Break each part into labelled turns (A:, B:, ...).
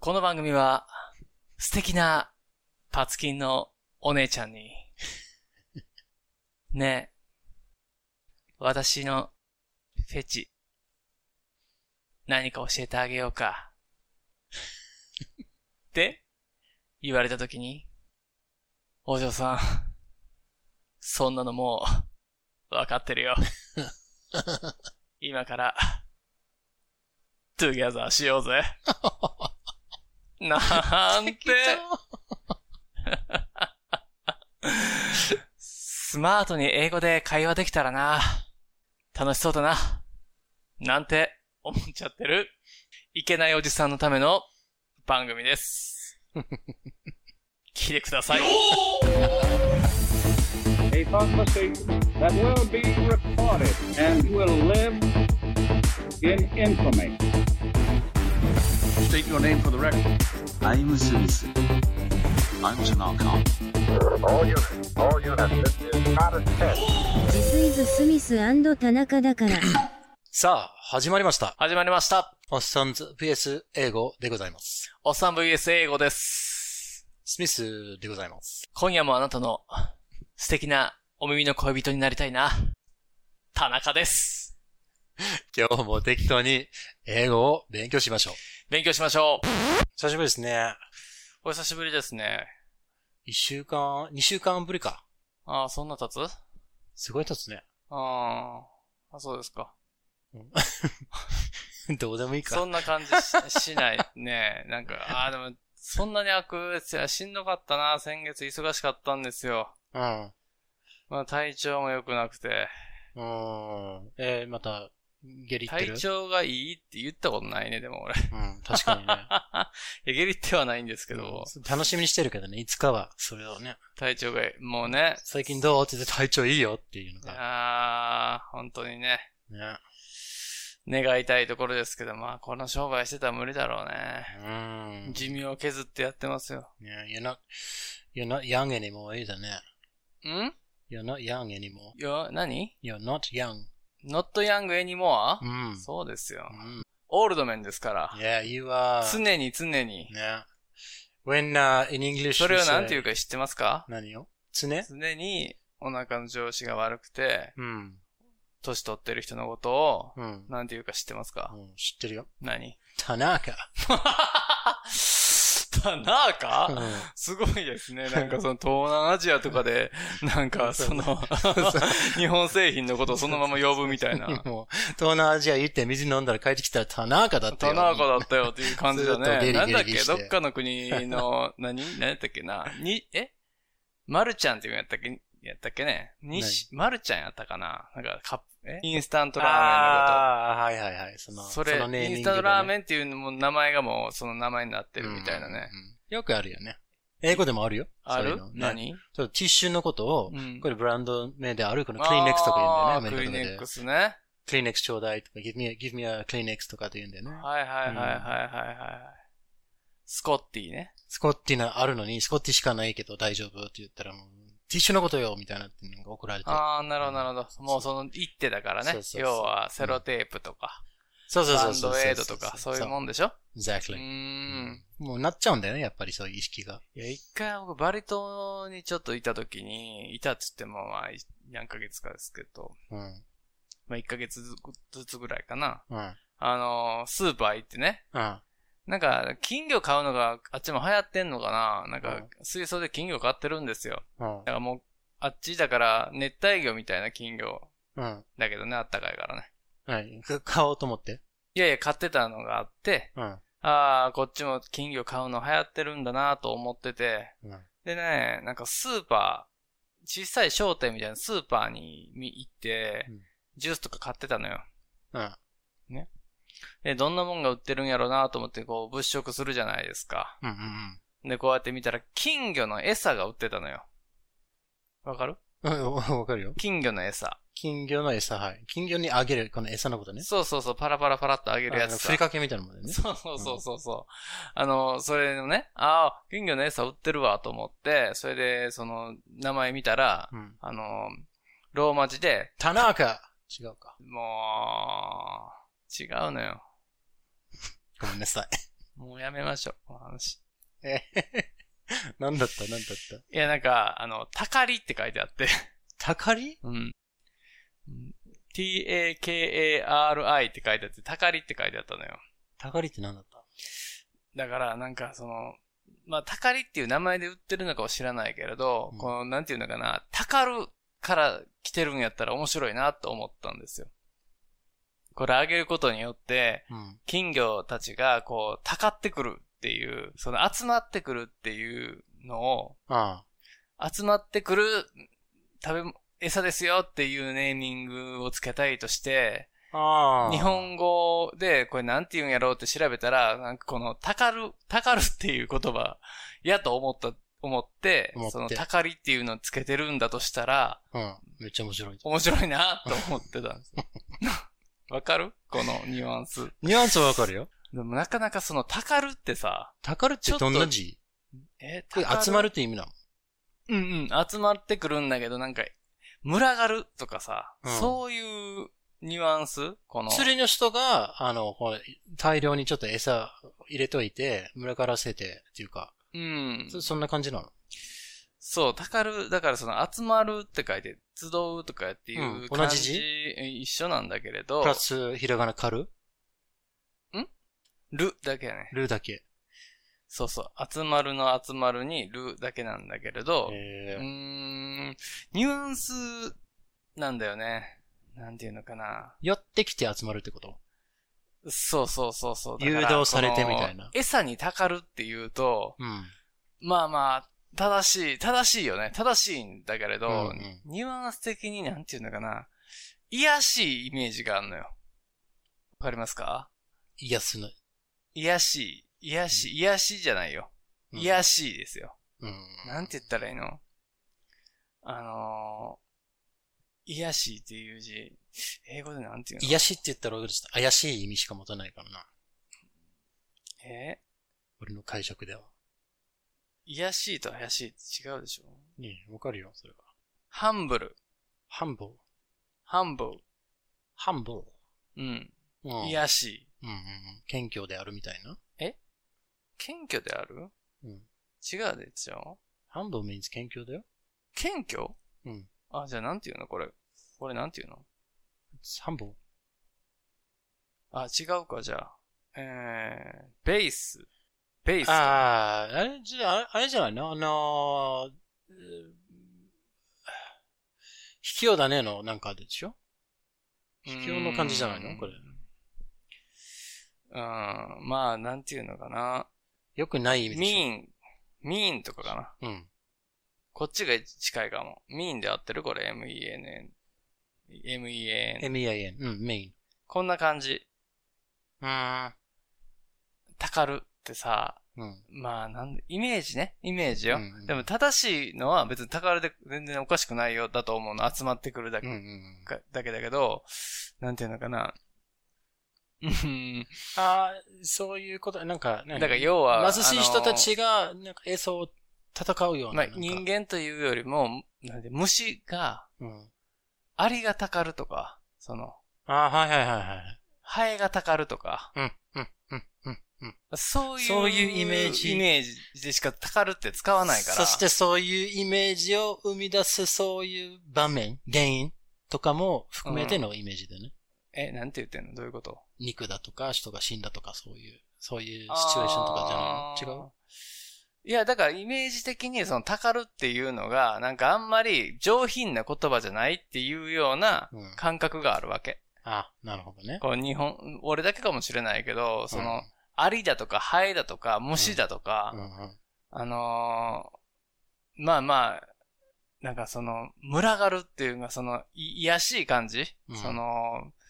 A: この番組は、素敵なパツキンのお姉ちゃんに、ねえ、私のフェチ、何か教えてあげようか。って言われたときに、お嬢さん、そんなのもう、わかってるよ。今から、トゥギャザーしようぜ。なんて、スマートに英語で会話できたらな。楽しそうだな。なんて思っちゃってる、いけないおじさんのための番組 です。聞いてください。
B: a prophecy that will be recorded and will live in infamy. State your name for the record.
C: I'm Smith. I'm Tanaka.
D: All units, all units, this is not a test.
E: ジスイズ・スミス田中だから。
F: さあ、始まりました。
A: 始まりました。
F: おっさんず VS 英語でございます。
A: おっさん VS 英語です。
F: スミスでございます。
A: 今夜もあなたの素敵なお耳の恋人になりたいな。田中です。
F: 今日も適当に英語を勉強しましょう。
A: 勉強しましょう。
F: 久しぶりですね。
A: お久しぶりですね。
F: 一週間、二週間ぶりか。
A: ああ、そんな経つ
F: すごい経つね。
A: あーあ、そうですか。
F: どうでもいい
A: そ
F: か。
A: んな感じししないね。なんか、ああ、でも、そんなに悪ですよ。しんどかったな。先月忙しかったんですよ。
F: うん。
A: まあ、体調も良くなくて。
F: うん。えー、また、下痢いってる
A: 体調がいいって言ったことないね、でも俺。い
F: うん、確かに ね。
A: や、下痢ってはないんですけど、
F: うん楽しみにしてるけどね、いつかは、それをね、
A: 体調がいい。もうね。
F: 最近どうって言って体調いいよっていうのが、
A: ああ、本当にね。
F: ね。
A: 願いたいところですけど、まあ、この商売してたら無理だろうね。
F: うん。
A: 寿命を削ってやってますよ。
F: Yeah, you're not, you're not young anymore either ね。
A: ん
F: You're not young anymore.
A: よ、何
F: You're not young.
A: ?not young anymore?
F: うん。
A: そうですよ。
F: うん
A: オールドメンですから。
F: Yeah, you are.
A: 常に常に。
F: ね。When, uh, in English,
A: それを
F: we
A: なんていう
F: say-
A: か知ってますか
F: 何を常
A: 常にお腹の調子が悪くて、
F: うん。
A: 年取ってる人のことを、
F: うん。
A: なんていうか知ってますか
F: うん知ってるよ。
A: 何
F: 田中。
A: 田中すごいです ね。なんかその東南アジアとかで、なんか その、日本製品のことをそのまま呼ぶみたいな。
F: もう、東南アジア行って水飲んだら帰ってきたら田中だった
A: 田
F: よ。
A: 中だったよっていう感じだ
F: ずっと
A: ね。
F: ゲリ
A: なん
F: ゲリ
A: だっけ
F: して
A: どっかの国の、 何何やったっけなに、えマルちゃんっていうのやったっけやったっけね西、マルちゃんやったかななんかカップ、えインスタントラ
F: ああ、はいはいはい。
A: ー
F: そ
A: メンの
F: の、
A: こと。それ、
F: のネー
A: イン
F: ミン
A: スタ
F: グで
A: ン
F: ね
A: トラーメンっていうのも名前がもうその名前になってるみたいなね。
F: うん。うんよくあるよね。英語でもあるよ。
A: あ
F: そうい
A: る
F: うのね
A: 何
F: ちょっとティッシュのことを
A: う、ん
F: これブランド名で歩くの、クリーネックスとか言うんだよね、アメ
A: あー
F: リカとか
A: クリネッ
F: で
A: ク。スね。
F: クリーネックスちょうだいとか、give me a, give me a Kleenex とかって言うんだよね。
A: はいはいはいはいはいはい。スコッティね。
F: スコッティのあるのに、スコッティしかないけど大丈夫って言ったらもう、ティッシュのことよみたいなっていうのが怒られて。
A: ああ、なるほどなるほど。もうその一手だからね
F: そう。そうそう
A: 要はセロテープとか。
F: そうそう
A: バ
F: そ
A: ン
F: うそう。
A: ドエイドとか、そういうも
F: ん。
A: んでしょ
F: exactly、
A: うーん。
F: もうなっちゃうんだよね、やっぱりそういう意識が。
A: いや、一回僕、バリ島にちょっといたときに、いたっつっても、まあ、い何ヶ月かですけど、
F: うん。
A: まあ、1ヶ月ずつぐらいかな。
F: うん。
A: あのー、スーパー行ってね。
F: うん。
A: なんか、金魚買うのが、あっちも流行ってんのかななん
F: う
A: か
F: ん、
A: 水槽で金魚買ってるんですよ。
F: うん
A: だ。からもう、あっちだから、熱帯魚みたいな金魚
F: うん。
A: だけどね、あったかいからね。
F: はい。か買おうと思って。
A: いやいや、買ってたのがあって、
F: うん。
A: ああ、こっちも金魚買うの流行ってるんだなと思ってて、
F: うん
A: でね、なんかスーパー、小さい商店みたいなスーパーに見行って、
F: うん
A: ジュースとか買ってたのよ。
F: うん。
A: で、どんなもんが売ってるんやろうなと思ってこう物色するじゃないですか。
F: うん。うん
A: で、こうやって見たら金魚の餌が売ってたのよ。わかる
F: うん。うん。わかるよ。
A: 金魚の餌。
F: 金魚の餌、はい。金魚にあげる、この餌のことね。
A: そうそうそう、パラパラパラっとあげるや
F: あの
A: つ
F: ふ
A: さ
F: り。かけみたいなもんだよね。
A: そうそうそうそうそう、あの、それのね、ああ、金魚の餌売ってるわと思って、それで、その、名前見たら、
F: うん。
A: あの、ローマ字で、
F: 田中違うか。
A: もう、違うのよ。
F: ごめんなさい。
A: もうやめましょう、この話。
F: えなんだったなんだった
A: いや、なんか、あの、たかりって書いてあ って。
F: たかり
A: うん。t-a-k-a-r-i って書いてあって、たかりって書いてあったのよ。
F: たかりってなんだった
A: だから、なんかその、まあ、たかりっていう名前で売ってるのかは知らないけれど、
F: うん
A: この、なんていうのかな、たかるから来てるんやったら面白いなと思ったんですよ。これあげることによって、
F: うん。
A: 金魚たちがこう、たかってくるっていう、その集まってくるっていうのを、
F: ああ。
A: 集まってくる食べ物、餌ですよっていうネーミングをつけたいとして、
F: あ
A: 日本語でこれなんて言うんやろうって調べたら、なんかこの、たかる、たかるっていう言葉、やと思った、思って、
F: 思って
A: その、たかりっていうのをつけてるんだとしたら、
F: うん。めっちゃ面白い。
A: 面白いなと思ってたんです。 わかるこのニュアンス。
F: ニュアンスはわかるよ。
A: でもなかなかその、たかるってさ、
F: たかるってどんな字
A: え、
F: これ
A: たか
F: 集まるって意味なの
A: うんうん、集まってくるんだけど、なんか、群がるとかさ、
F: うん
A: そういうニュアンスこの、
F: 釣りの人が、あの、こう大量にちょっと餌入れといて、群がらせてっていうか、
A: うん。
F: そそんな感じなの
A: そう、たかる、だからその、集まるって書いて、集うとかっていううん感
F: 同
A: じ、
F: じ字
A: 一緒なんだけれど
F: プ、ラス、ひらがなかる
A: るだけやね。
F: るだけ。
A: そうそう、集まるの集まるにるだけなんだけれど、
F: え
A: うー
F: ー
A: ん、ニュアンスなんだよね。なんていうのかな。
F: 寄ってきて集まるってこと
A: そうそうそうそう。だから
F: 誘導されてみたい
A: こ
F: な
A: の餌にたかるっていうと、
F: うん。
A: まあまあ、正しい、正しいよね。正しいんだけれど、
F: うんうん
A: ニュアンス的になんていうのかな。癒やしいイメージがあるのよ。わかりますか
F: 癒やすの。
A: 癒やしい、癒やしい、癒やしいじゃないよ。
F: うん
A: 癒やしいですよ。
F: うん。
A: なんて言ったらいいのあのー、癒やしいっていう字、英語でなんていうの
F: 癒やしって言ったら俺ちょっと怪しい意味しか持たないからな。
A: え
F: 俺の解釈では。
A: 癒やしいと癒やしいって違うでしょ
F: ねえわかるよ、それは。
A: ハンブル、
F: ハンボー。
A: ハンブ
F: ハンボ
A: ル、うん、
F: ー。うん。
A: 癒やしい。
F: うんうんうん。謙虚であるみたいな。
A: 謙虚である
F: うん。
A: 違うでしょ
F: ハンボー means 謙虚だよ。
A: 謙虚
F: うん。
A: あ、じゃあなんていうのこれ。これなんていうの
F: ハンボー。
A: あ、違うか、じゃあ。えー、ベース。ベース。
F: ああ、あれじゃ、あれあれじゃないのあのー、うー卑怯だねのなんかでしょ卑怯の感じじゃないのこれ。
A: うん、まあ、なんていうのかな。
F: よくない意味でし
A: mean, mean とかかな。
F: ょうん。
A: こっちが近いかも。mean で合ってるこれ、m-e-n-n。m-e-n。
F: m-e-i-n。うん、メイン。
A: こんな感じ。
F: うーん。
A: たかるってさ、
F: うん。
A: まあ、なんイメージね。イメージよ。
F: うんうん
A: でも、正しいのは別にたかるで全然おかしくないよ。だと思うの。集まってくるだけ
F: うんうんうん。
A: かだけだけど、なんていうのかな。うん
F: ああ、そういうこと、なんか、
A: だ
F: なん
A: から要は、
F: 貧しい人た
A: あ
F: ちが、なんか、えそう、戦うよ
A: の、
F: う
A: ま
F: な。
A: あ、
F: なんか
A: 人。間というよりも、なんで、虫が、
F: うん。
A: アリがたかるとか、その、
F: ああ、はいはいはいはい。
A: ハエがたかるとか、
F: うん、うん、うん、うん、うん。
A: そういう、
F: そういうイメージ
A: イメージでしかたかるって使わないから。
F: そしてそういうイメージを生み出すそういう場面、原因とかも含めてのイメージでね。
A: え、なんて言ってんのどういうこと
F: 肉だとか人が死んだとかそういう、そういうシチュエーションとかじゃないの違う
A: ういや、だからイメージ的にその、たかるっていうのが、なんかあんまり上品な言葉じゃないっていうような
F: うん
A: 感覚があるわけ。
F: あ、なるほどね。
A: こう日本、俺だけかもしれないけど、その、アリだとかハエだとか虫だとか、
F: うんうん
A: あのーまあまあ、なんかその、群がるっていうのがその、い、癒やしい感じ、
F: うん
A: その、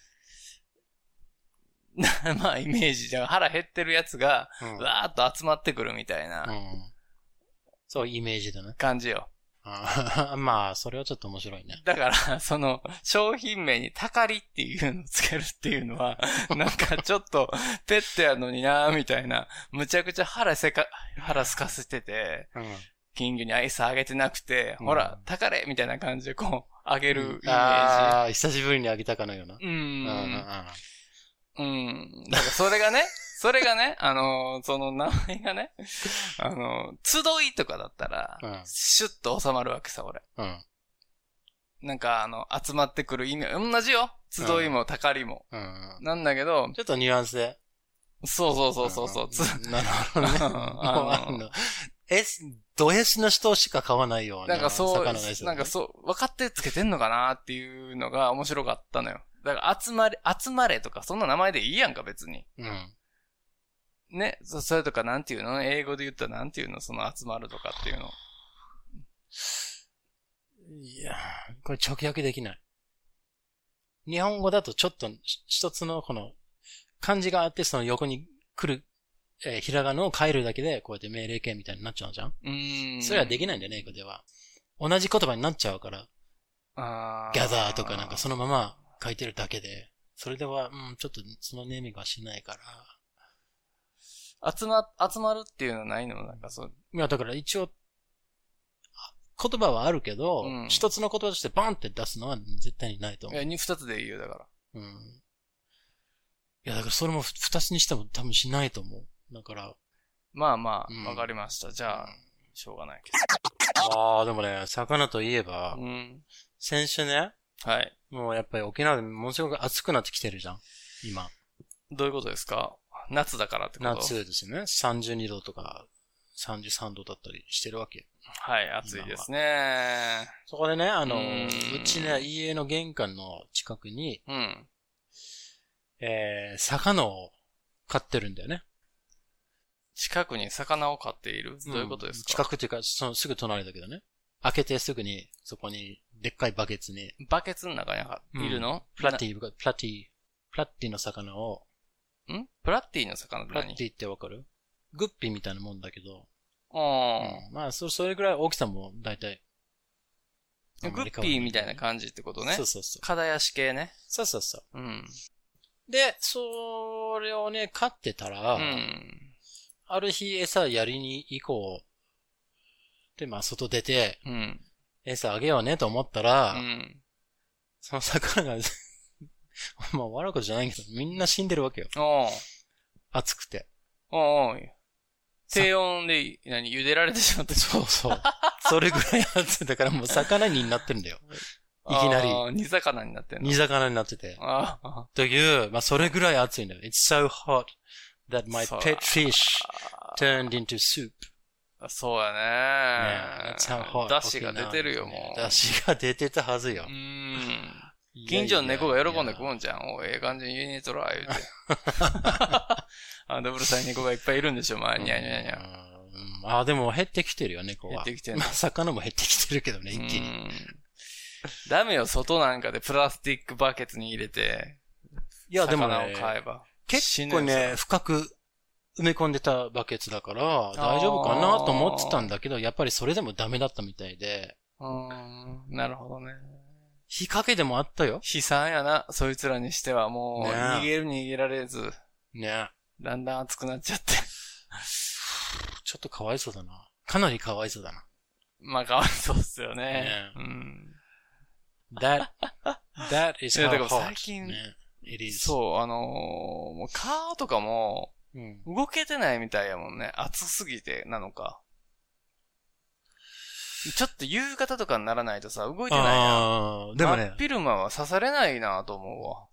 A: なまあイメージじゃん腹減ってるやつが、
F: うん
A: わーっと集まってくるみたいな
F: うんそういうイメージだね。
A: 感じよ。
F: あ まあ、それはちょっと面白いね。
A: だから、 その、商品名にたかりっていうのをつけるっていうのは、 なんかちょっと、ペットやのになーみたいな、むちゃくちゃ腹せか、腹すかせてて、金魚に愛さあげてなくて、
F: うん
A: ほら、たかれみたいな感じでこう、あげるイメージ。
F: ああ、久しぶりにあげたかのような。
A: う。
F: うんうんうんん
A: うん。だからそれがね、それがね、あのーその名前がね、あのー集いとかだったら、
F: うん
A: シュッと収まるわけさ、俺。
F: うん。
A: なんか、あの、集まってくる意味、同じよ。集いも、たかりも。
F: うん。
A: なんだけど、
F: ちょっとニュアンスで。
A: そうそうそうそうそう、つ
F: んなるほどね。
A: うん
F: もう あ
A: あの
F: の、え、ド S の人しか買わないような
A: なんかそう、
F: 魚ですよ
A: な
F: ね
A: んかそう、分かってつけてんのかなっていうのが面白かったのよ。だから、集まれ、集まれとか、そんな名前でいいやんか、別に。
F: うん。
A: ね、そ、それとか、なんていうの英語で言ったらなんていうのその集まるとかっていうの。
F: いやーこれ直訳できない。日本語だとちょっとし一つのこの漢字があってその横に来る、えーひらがなを変えるだけでこうやって命令形みたいになっちゃうじゃん、
A: うーん。
F: それはできないんだよね、英語では。同じ言葉になっちゃうから、
A: あ
F: ギャザーとかなんかそのまま書いてるだけで、それでは、うん、ちょっとそのネーミングはしないから。
A: 集ま、集まるっていうのはないのなんかそう。
F: いや、だから一応、あ言葉はあるけど、
A: うん
F: 一つの言葉としてバンって出すのは絶対にないと
A: い
F: 思う。
A: や、に二つでいいよ、だから。
F: うん。いや、だからそれもふ二つにしても多分しないと思う。だから、
A: まあま
F: うん
A: あ、わかりました。じゃあ、しょうがないけ
F: ああ、でもね、魚といえば
A: ど。、うん。
F: 先週ね、
A: はい。
F: もうやっぱり沖縄でものすごく暑くなってきてるじゃん。今。
A: どういうことですか夏だからってこと
F: 夏ですね。32度とか33度だったりしてるわけ。
A: はい、暑いですね。
F: そこでね、あの、
A: う
F: う
A: ーん
F: ちね、家の玄関の近くに、
A: うん。
F: えー、魚を飼ってるんだよね。
A: 近くに魚を飼っているどういうことですか、
F: 近くというか、そのすぐ隣だけどね。開けてすぐに、そこに、でっかいバケツに、
A: バケツの中にいるの、
F: プラティ、プラティ、プラティの魚を、
A: ィ。んプラッティの魚って
F: プラ
A: 何
F: ティってわかるグッピーみたいなもんだけど、
A: う
F: まあ、そ、それぐらい大きさも大体。
A: ん。グッピーみたいな
F: じ
A: 感じってことね
F: そ。うそうそう。
A: 片足系ね。
F: そうそうそ
A: うん。
F: う。で、それをね、飼ってたら、
A: うん。
F: ある日餌やりに行こう。で、まあ、外出て、
A: うん。
F: 餌あげようねと思ったら、
A: うん。
F: その魚が、 まあ、悪いことじゃないけど、みんな死んでるわけよ。
A: おう
F: 暑くて。
A: おうおう低温で、何、茹でられてしまって
F: そうそう。 それぐらい暑い。だからもう魚になってるんだよ。 いきなり
A: あー煮魚になってんの。
F: 煮魚になってて。
A: ああ。
F: という、まあ、それぐらい暑いんだよ。It's so hot that my
A: そう
F: pet fish turned into soup.
A: そうやね。
F: ね That's how hot.
A: ダシが出てるよ、もう。
F: だしが出てたはずよ
A: う。ん。近所の猫が喜んで食
F: ん。
A: うんじゃん。おい、ええ感じに家にとら、言うて。 あんたうるさい猫がいっぱいいるんでしょ、まあ、にゃにゃにゃ。
F: うんあー、でも減ってきてるよ、猫
A: 減
F: は。
A: ってきてんの
F: まあ、魚も減ってきてるけどね、一気
A: う
F: に。
A: んダメよ、外なんかでプラスチックバケツに入れて、
F: いや、でも
A: 魚を
F: ね、
A: 買えば。
F: 結構
A: 死ぬよそ
F: ね
A: れ、
F: 深く埋め込んでたバケツだから、大丈夫かなと思ってたんだけど、やっぱりそれでもダメだったみたいで、
A: うーん、なるほどね。
F: 日陰でもあったよ。
A: 悲惨やな、そいつらにしては。もう、
F: ねえ
A: 逃げる逃げられず、
F: ね。
A: だんだん暑くなっちゃって。
F: ちょっとかわいそうだな。かなりかわいそうだな。
A: まあ、かわいそうっすよね
F: ね。
A: うん。
F: That, that is
A: いや
F: how
A: だから
F: hot.
A: 最近
F: ね It is.
A: そう、あのーもう、顔とかも、
F: う。ん。
A: 動けてないみたいやもんね。暑すぎてなのか。ちょっと夕方とかにならないとさ、動いてないやん。
F: あーでもね
A: 真っ、昼間は刺されないなと思うわ。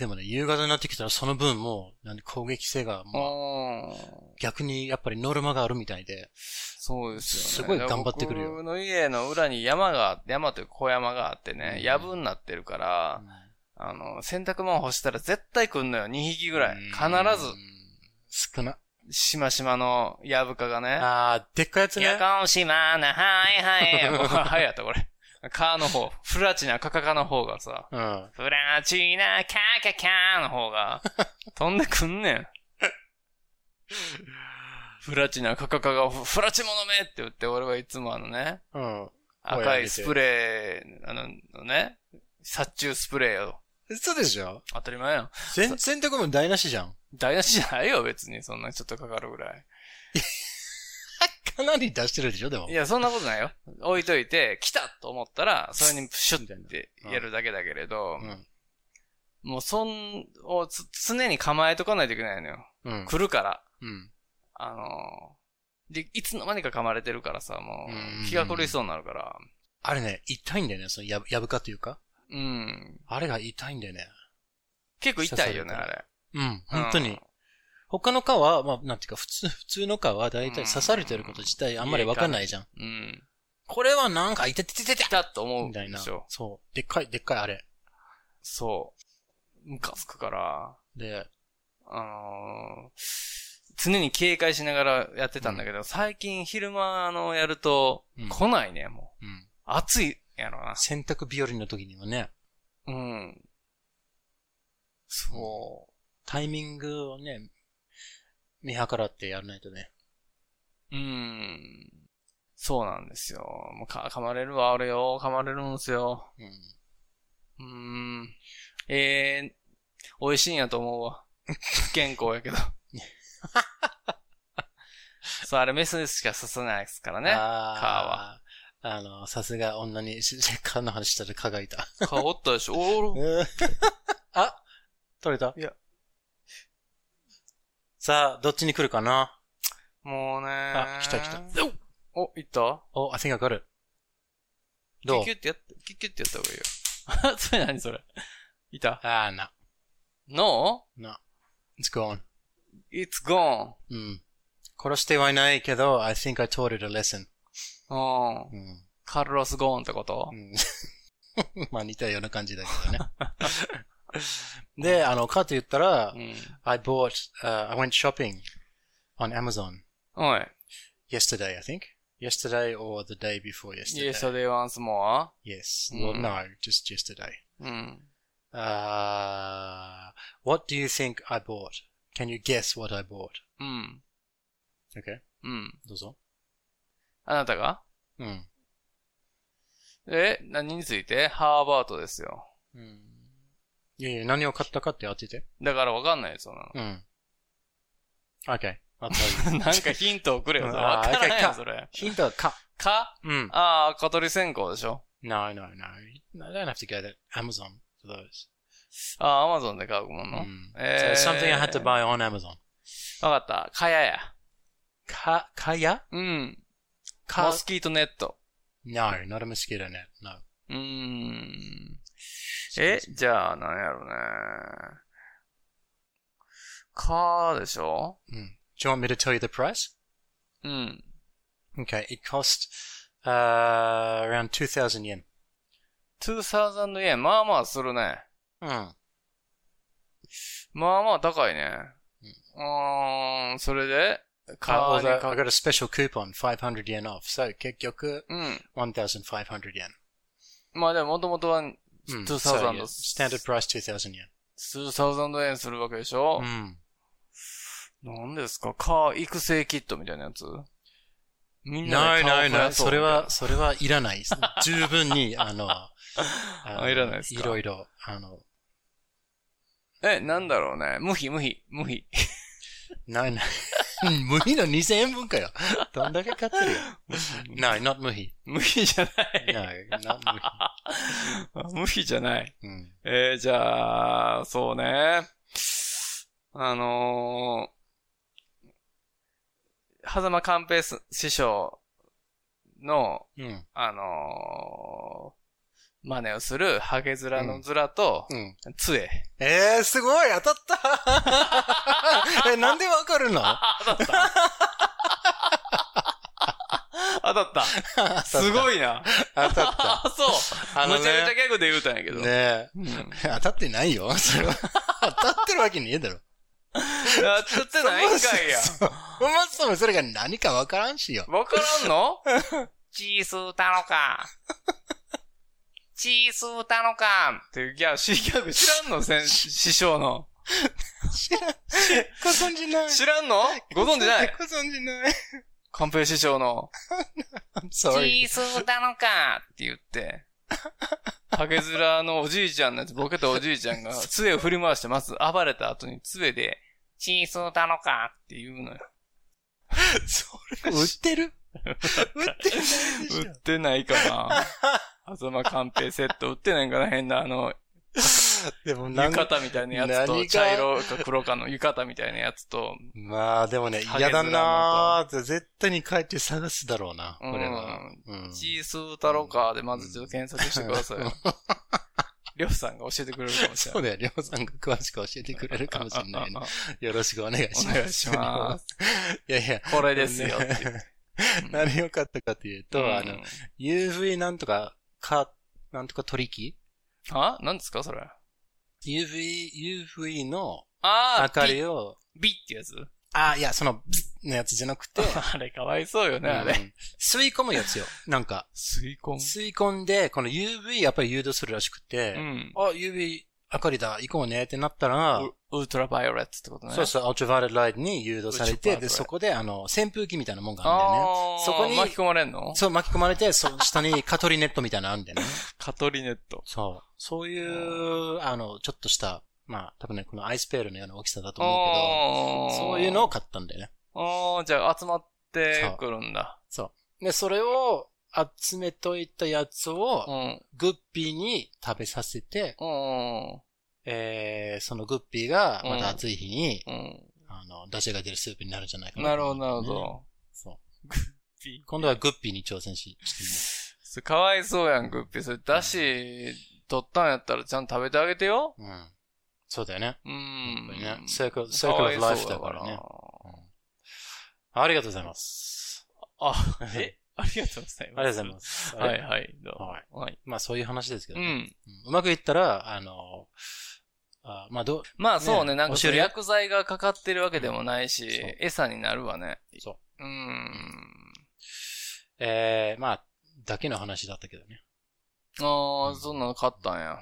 F: でもね、夕方になってきたらその分もう、なんで攻撃性がもう、
A: うん。
F: 逆にやっぱりノルマがあるみたいで。
A: そうですよね。
F: すごい頑張ってくるよ
A: だから僕の家の裏に山が、山というか小山があってね、
F: うん
A: やぶになってるから、あの、洗濯物干したら絶対来んのよ。2匹ぐらい。必ず、
F: ず。少な。
A: しましまのやぶかがね。
F: あーでっかいやつ
A: い
F: ね。
A: やかんしまな、はいはい。 もう早やった、これ。カーの方。フラチナカカカの方がさ、
F: うん。
A: フラチナカカカの方が、飛んでくんねん。フラチナカカカが、フラチモノめって言って、俺はいつもあのね、
F: うん。
A: 赤いスプレー、あのね、殺虫スプレーを。
F: 嘘でしょ
A: 当たり前やん。
F: 全然とこも台無しじゃん。
A: 台無しじゃないよ、別に。そんなちょっとかかるぐらい。
F: かなり出してるでしょでも
A: い。や、そんなことないよ。置いといて、来たと思ったら、それにプシュッってやるだけだけれど、
F: うん。
A: もうそんをつ常に構えとかないといけないのよ。
F: うん。
A: 来るから、
F: うん。
A: あのーで、いつの間にか噛まれてるからさ、も
F: うん
A: う、気が狂いそうになるから、
F: あれね、痛いんだよね、そのやぶ、やぶかというか。
A: うん。
F: あれが痛いんだよね。
A: 結構痛いよね、
F: 刺
A: あ
F: され
A: れ。
F: うん、本当に。
A: うん
F: 他の蚊は、まあ、なんていうか、普通、普通の蚊は大体
A: うん
F: 刺されてること自体あんまりわかんないじゃん。
A: うん。
F: これはなんか、痛ててててて
A: 来たと思う
F: みたい
A: で
F: な
A: しょ。。
F: そう。でっかい、でっかいあれ。
A: そう。ムカつくから、
F: で、
A: あのー常に警戒しながらやってたんだけど、最近昼間のやると
F: うん、
A: 来ないね、もう。
F: うん。
A: 暑いやろな。
F: 洗濯日和の時にもね、
A: うん。そ
F: タイミングをね、見計らってやらないとね。
A: う。うん。そうなんですよ。もうか噛まれるわ、俺よ。噛まれるんですよ。
F: う
A: うー
F: ん。
A: ん。えー、美味しいんやと思うわ。 不健康やけど。 そう、あれメスしか刺さないですからね。
F: あーあの、さすが女に、し 蚊の話したら蚊がいた。
A: 顔おったでしょ。おー
F: あ取れた
A: いや。
F: さあ、どっちに来るかな
A: もうね
F: あ、来た来た。
A: お、いった
F: お、汗がかかる。
A: キ
F: ど
A: ュ
F: う
A: キュってやっ、キュキュってやった方がいいよ。 それ何それいた
F: ああ、な、
A: ?No?
F: な。It's gone.
A: It's gone.
F: うん。殺してはいないけど、I think I taught it a lesson.
A: うん。
F: うん。
A: カルロス・ゴーンってこと
F: うん まあ似たような感じだけど ね。で、あの、かと言ったら、
A: うん。
F: I bought, uh, I went shopping on Amazon
A: おい。
F: yesterday, I think. Yesterday or the day before yesterday.
A: Yesterday once more?
F: Yes.
A: Mm.
F: Well, no, just yesterday.
A: うん。
F: Uh, what do you think I bought? Can you guess what I bought?
A: うん。
F: Okay.
A: うん。
F: どうぞ。
A: あなたが
F: うん。
A: え、何についてハーバートですよ。
F: うん。いやいや、何を買ったかって当てて。
A: だからわかんないよ、そんな
F: うん。Okay. I'll tell you.
A: の。 なんかヒントをくれよ、それ。
F: うん
A: わからない
F: あ
A: よ、
F: ー一回か
A: それ。
F: ヒントはか。
A: か
F: うん。
A: ああ、蚊取り線香でしょ
F: Hmm. No, no, no. I don't have to go to Amazon for those.
A: ああ、アマゾンで買うもの。わ
F: Mm. So
A: えー
F: it's something I had to buy on Amazon.
A: かった。蚊帳や。
F: か、かや
A: うん。
F: か
A: モスキートネット。
F: No, not a mosquito net. No.
A: うーん。え、じゃあ、何やろうね。蚊でしょ
F: Mm. Do you want me to tell you the price?
A: うん。
F: Okay, it cost uh, around 2,000 yen.
A: 2000円。まあまあするね。
F: Mm.
A: まあまあ高いね。うーん、それで、
F: Uh,
A: 蚊に
F: although
A: か
F: I got a special coupon, 500 yen off. So, kekyoku,
A: うん。
F: 1,500 yen.
A: まあでも、もともとは
F: Mm.
A: 2000
F: So, yeah,
A: の
F: standard price 2,000 yen.
A: 2000円するわけでしょ
F: Mm.
A: 何ですか蚊育成キットみたいなやつみんな
F: No,
A: で蚊を
F: no,
A: 増
F: uh, no.
A: やそうみたいな
F: それは、それはいらない。十分に、あの、あの
A: あいらないですか
F: いろいろ、あの、
A: え、なんだろうね。無比、無比、無比。
F: ない ない。無比の2000円分かよ。どんだけ買ってるよ。ない、not 無比。
A: 無比じゃない。
F: ない、not Hmm.
A: 無比じゃない。
F: 無比。うん。
A: えー、じゃあ、そうね。あのー、狭間寛平す師匠の、
F: うん。
A: あのー、真似をするハゲヅラのヅラと、
F: うん。
A: 杖。
F: えー、すごい当たった え、なんでわかるの
A: 当たった。 すごいな。
F: 当たった。
A: あ、そう。
F: あの
A: むちゃくちゃ
F: ね、
A: ギャグで言うたんやけど。
F: ね
A: うん。
F: え当たってないよ。それは。当たってるわけねえだろ。
A: あ、つってないんかいや。
F: そうお前そもそれが何かわからんしよ。
A: わからん のチースーたのか。チースーたのか。っていうギャグ、シーギャグ知らんの先師匠の。
F: 知らん。ご存じない。
A: 知らんのご存知ない
F: ご存じない。
A: 寛平師匠の。
F: I'm
A: チ
F: sorry.
A: ースーたのかって言 って。ハゲヅラのおじいちゃんのやつ、ボケたおじいち ゃんが杖を振り回して、まず暴れた後に杖で、チースーたのかって言う のよ。
F: それ、売ってる売ってないでし
A: 売ってないかな。狭間寛平セット売ってないんかな変なあの、
F: でもなん
A: 浴衣みたいなやつ
F: 何
A: と、
F: が
A: 茶色か黒かの浴衣みたいなやつと、
F: まあでもね、
A: ハゲ
F: 嫌
A: ヅラ
F: だ
A: の
F: なーって絶対に帰って探すだろうな、こ
A: うん
F: れは。うん
A: チースータロカーでまずちょっと検索してください よ。りょうさんが教えてくれるかもしれ
F: そ
A: な
F: う
A: い。
F: だよ、りょうさんが詳しく教えてくれるかもしれないね。よろしくお願いします。。
A: お願いします
F: いやいや。
A: これですよって言って。
F: 何良かったかと いうと、
A: うん
F: あの、UV なんとか、か、なんとか取引
A: あ何ですかそれ。あ
F: ?UV、UV の
A: あ
F: 明
A: ー、
F: か
A: ビ
F: りを、
A: ビってやつ
F: あ、いや、その、ブスッのやつじゃなくて、
A: あれかわいそうよね、あ
F: う
A: れ。
F: ん吸い込むやつよ。なんか、
A: 吸い込む。
F: 吸い込んで、この UV やっぱり誘導するらしく
A: う
F: て、
A: ん。
F: あ、UV 明かりだ、行こうねってなったら、
A: ウウルトラバイオレットってことね。
F: そうそう、アルトラバイオレットライトに誘導され
A: ウルトラバイオレッ
F: て、で、
A: ト
F: そこで、あの、扇風機みたいなもんがあるんだよね。
A: あー
F: そこに
A: 巻き込まれんの
F: そう、巻き込まれて、その下にカトリネットみたいなのあるんだよね。
A: カトリネット。
F: そう。そういう、あの、ちょっとした、まあ、多分ね、このアイスペールのような大きさだと思うけ
A: あ
F: ど、
A: ー
F: そういうのを買ったんだよね。
A: ああ、じゃあ集まってくるんだ。
F: で、それを集めといたやつ
A: う
F: を、
A: ん。
F: グッピーに食べさせて、
A: うん。
F: えー、そのグッピーが、
A: うん
F: また暑い日に、
A: う
F: あの、ダシが出るスープになるんじゃないか
A: ん。
F: な、
A: なるほど、なるほど。
F: そう。
A: ピー
F: 今度はグッピーに挑戦し、してみる
A: それかわいそうやん、グッピー。それ、だし、取ったんやったらちゃんと食べてあげてよ。
F: うん。そうだよね。
A: う
F: うん
A: ん。
F: ね。サイクル、サイ
A: か
F: クルオ
A: わ
F: ブ
A: い
F: ライ
A: そ
F: フ
A: う
F: だからね。ありがとうございます。
A: あ、
F: うん
A: え、ありがとうござい
F: あ
A: ます。
F: りがとうございます。
A: はいはい、どうも。
F: はい。
A: はい。
F: まあそういう話ですけ
A: う
F: どね。
A: ん。
F: うんうまくいったら、あの、あまあどう、
A: まあそうね、
F: ね
A: なんか
F: お知り合い
A: 薬剤がかかってるわけでもないし
F: そう、
A: 餌になるわね。。
F: そう
A: うん。
F: えー、まあ、だけの話だったけどね。
A: ああ、そんなの買ったんや。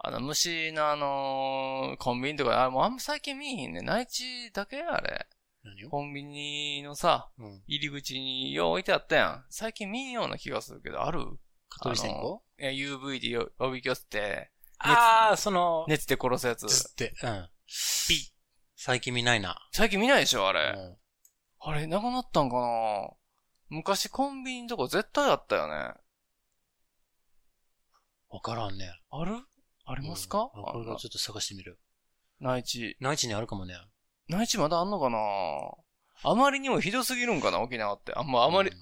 A: あの、虫のあのーコンビニとかで、あれもうあんま最近見えへんね。内地だけあれ。
F: 何を
A: コンビニのさ、
F: うん。
A: 入り口によう置いてあったやん。最近見んような気がするけど、ある
F: カトリ線
A: い
F: 香
A: や ?UV でよおびき寄せて、
F: ああ、その、
A: 熱で殺すやつ。
F: つって、うん。最近見ないな。
A: 最近見ないでしょあ
F: う
A: れ。
F: ん。
A: あれ、なくなったんかな昔コンビニとか絶対あったよね。
F: わからんね。
A: あるあ
F: あ
A: りますか、あ
F: これ
A: ん
F: か
A: な
F: らちょっと探してみる。
A: 内地。
F: 内地にあるかもね。
A: 内地まだあんのかなあまりにもひどすぎるんかな沖縄って。あんま、あまり、
F: うん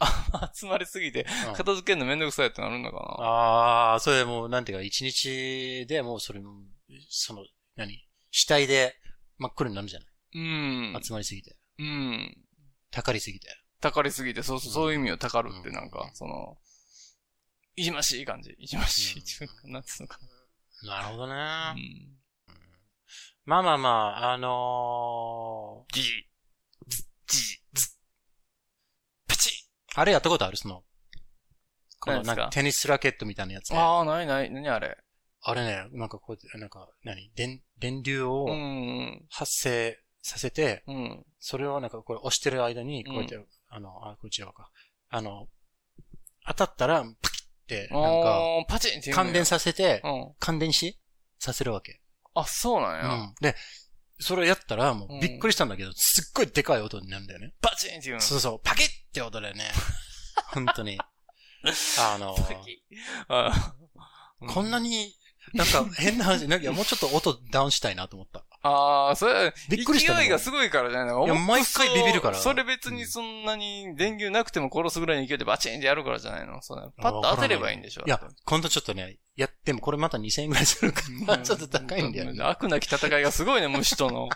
A: 集まりすぎて、
F: うん
A: 片付けるのめんどくさいってなるんだか
F: ああ、それもう、なんていうか、一日でもうそれも、その、何死体で真っ黒になるじゃな
A: なうん
F: い。集まりすぎて。
A: うん。
F: たかりすぎて。
A: たかりすぎて、そうそう、そういう意味をたかるって
F: うん
A: なんか、その、いじましい感じ。いじましい。
F: う
A: なんつうのか
F: なるほどね。
A: な。うん。
F: まあまあまあ、あの
A: じじ、じじ、プチ
F: ー、あれやったことあるその、こ
A: 何
F: の
A: です
F: なん
A: か
F: かテニスラケットみたいなやつ、ね。
A: ああ、なになに、なにあれ。
F: あれね、なんかこうやって、なんか、何電、電流
A: う
F: を
A: ん。
F: 発生させて、
A: うん。
F: それをなんかこれ押してる間に、こうやって、あの、あ、こっち側か。あの、当たったら、プキって、
A: あ
F: なんか、
A: ーパチンって言う
F: 感電
A: さ、
F: させて、
A: うん。
F: 感電しさせるわけ。
A: あ、そうなん
F: う
A: や。
F: ん。で、それやったら、も
A: うん
F: うびっくりしたんだけど、すっごいでかい音になるんだよね。
A: パチンって言うの。
F: そうそう、パキッって音だよね。本当に。あの、
A: あー
F: こんなに、なんか変な話、なんかもうちょっと音ダウンしたいなと思った。
A: ああ、それ、
F: びっくりしたの
A: 勢いがすごいからじゃないの
F: い
A: 重
F: や
A: くそ
F: 毎回ビビるから
A: それ別にそんなに電流なくても殺すぐらいの勢いでバチンってやるからじゃないのそんなパッと当てればいいんでしょ
F: いや、今度ちょっとね、やってもこれまた2000円ぐらいするから、ちょっと高いんだよね。
A: 悪なき戦いがすごいね、虫との。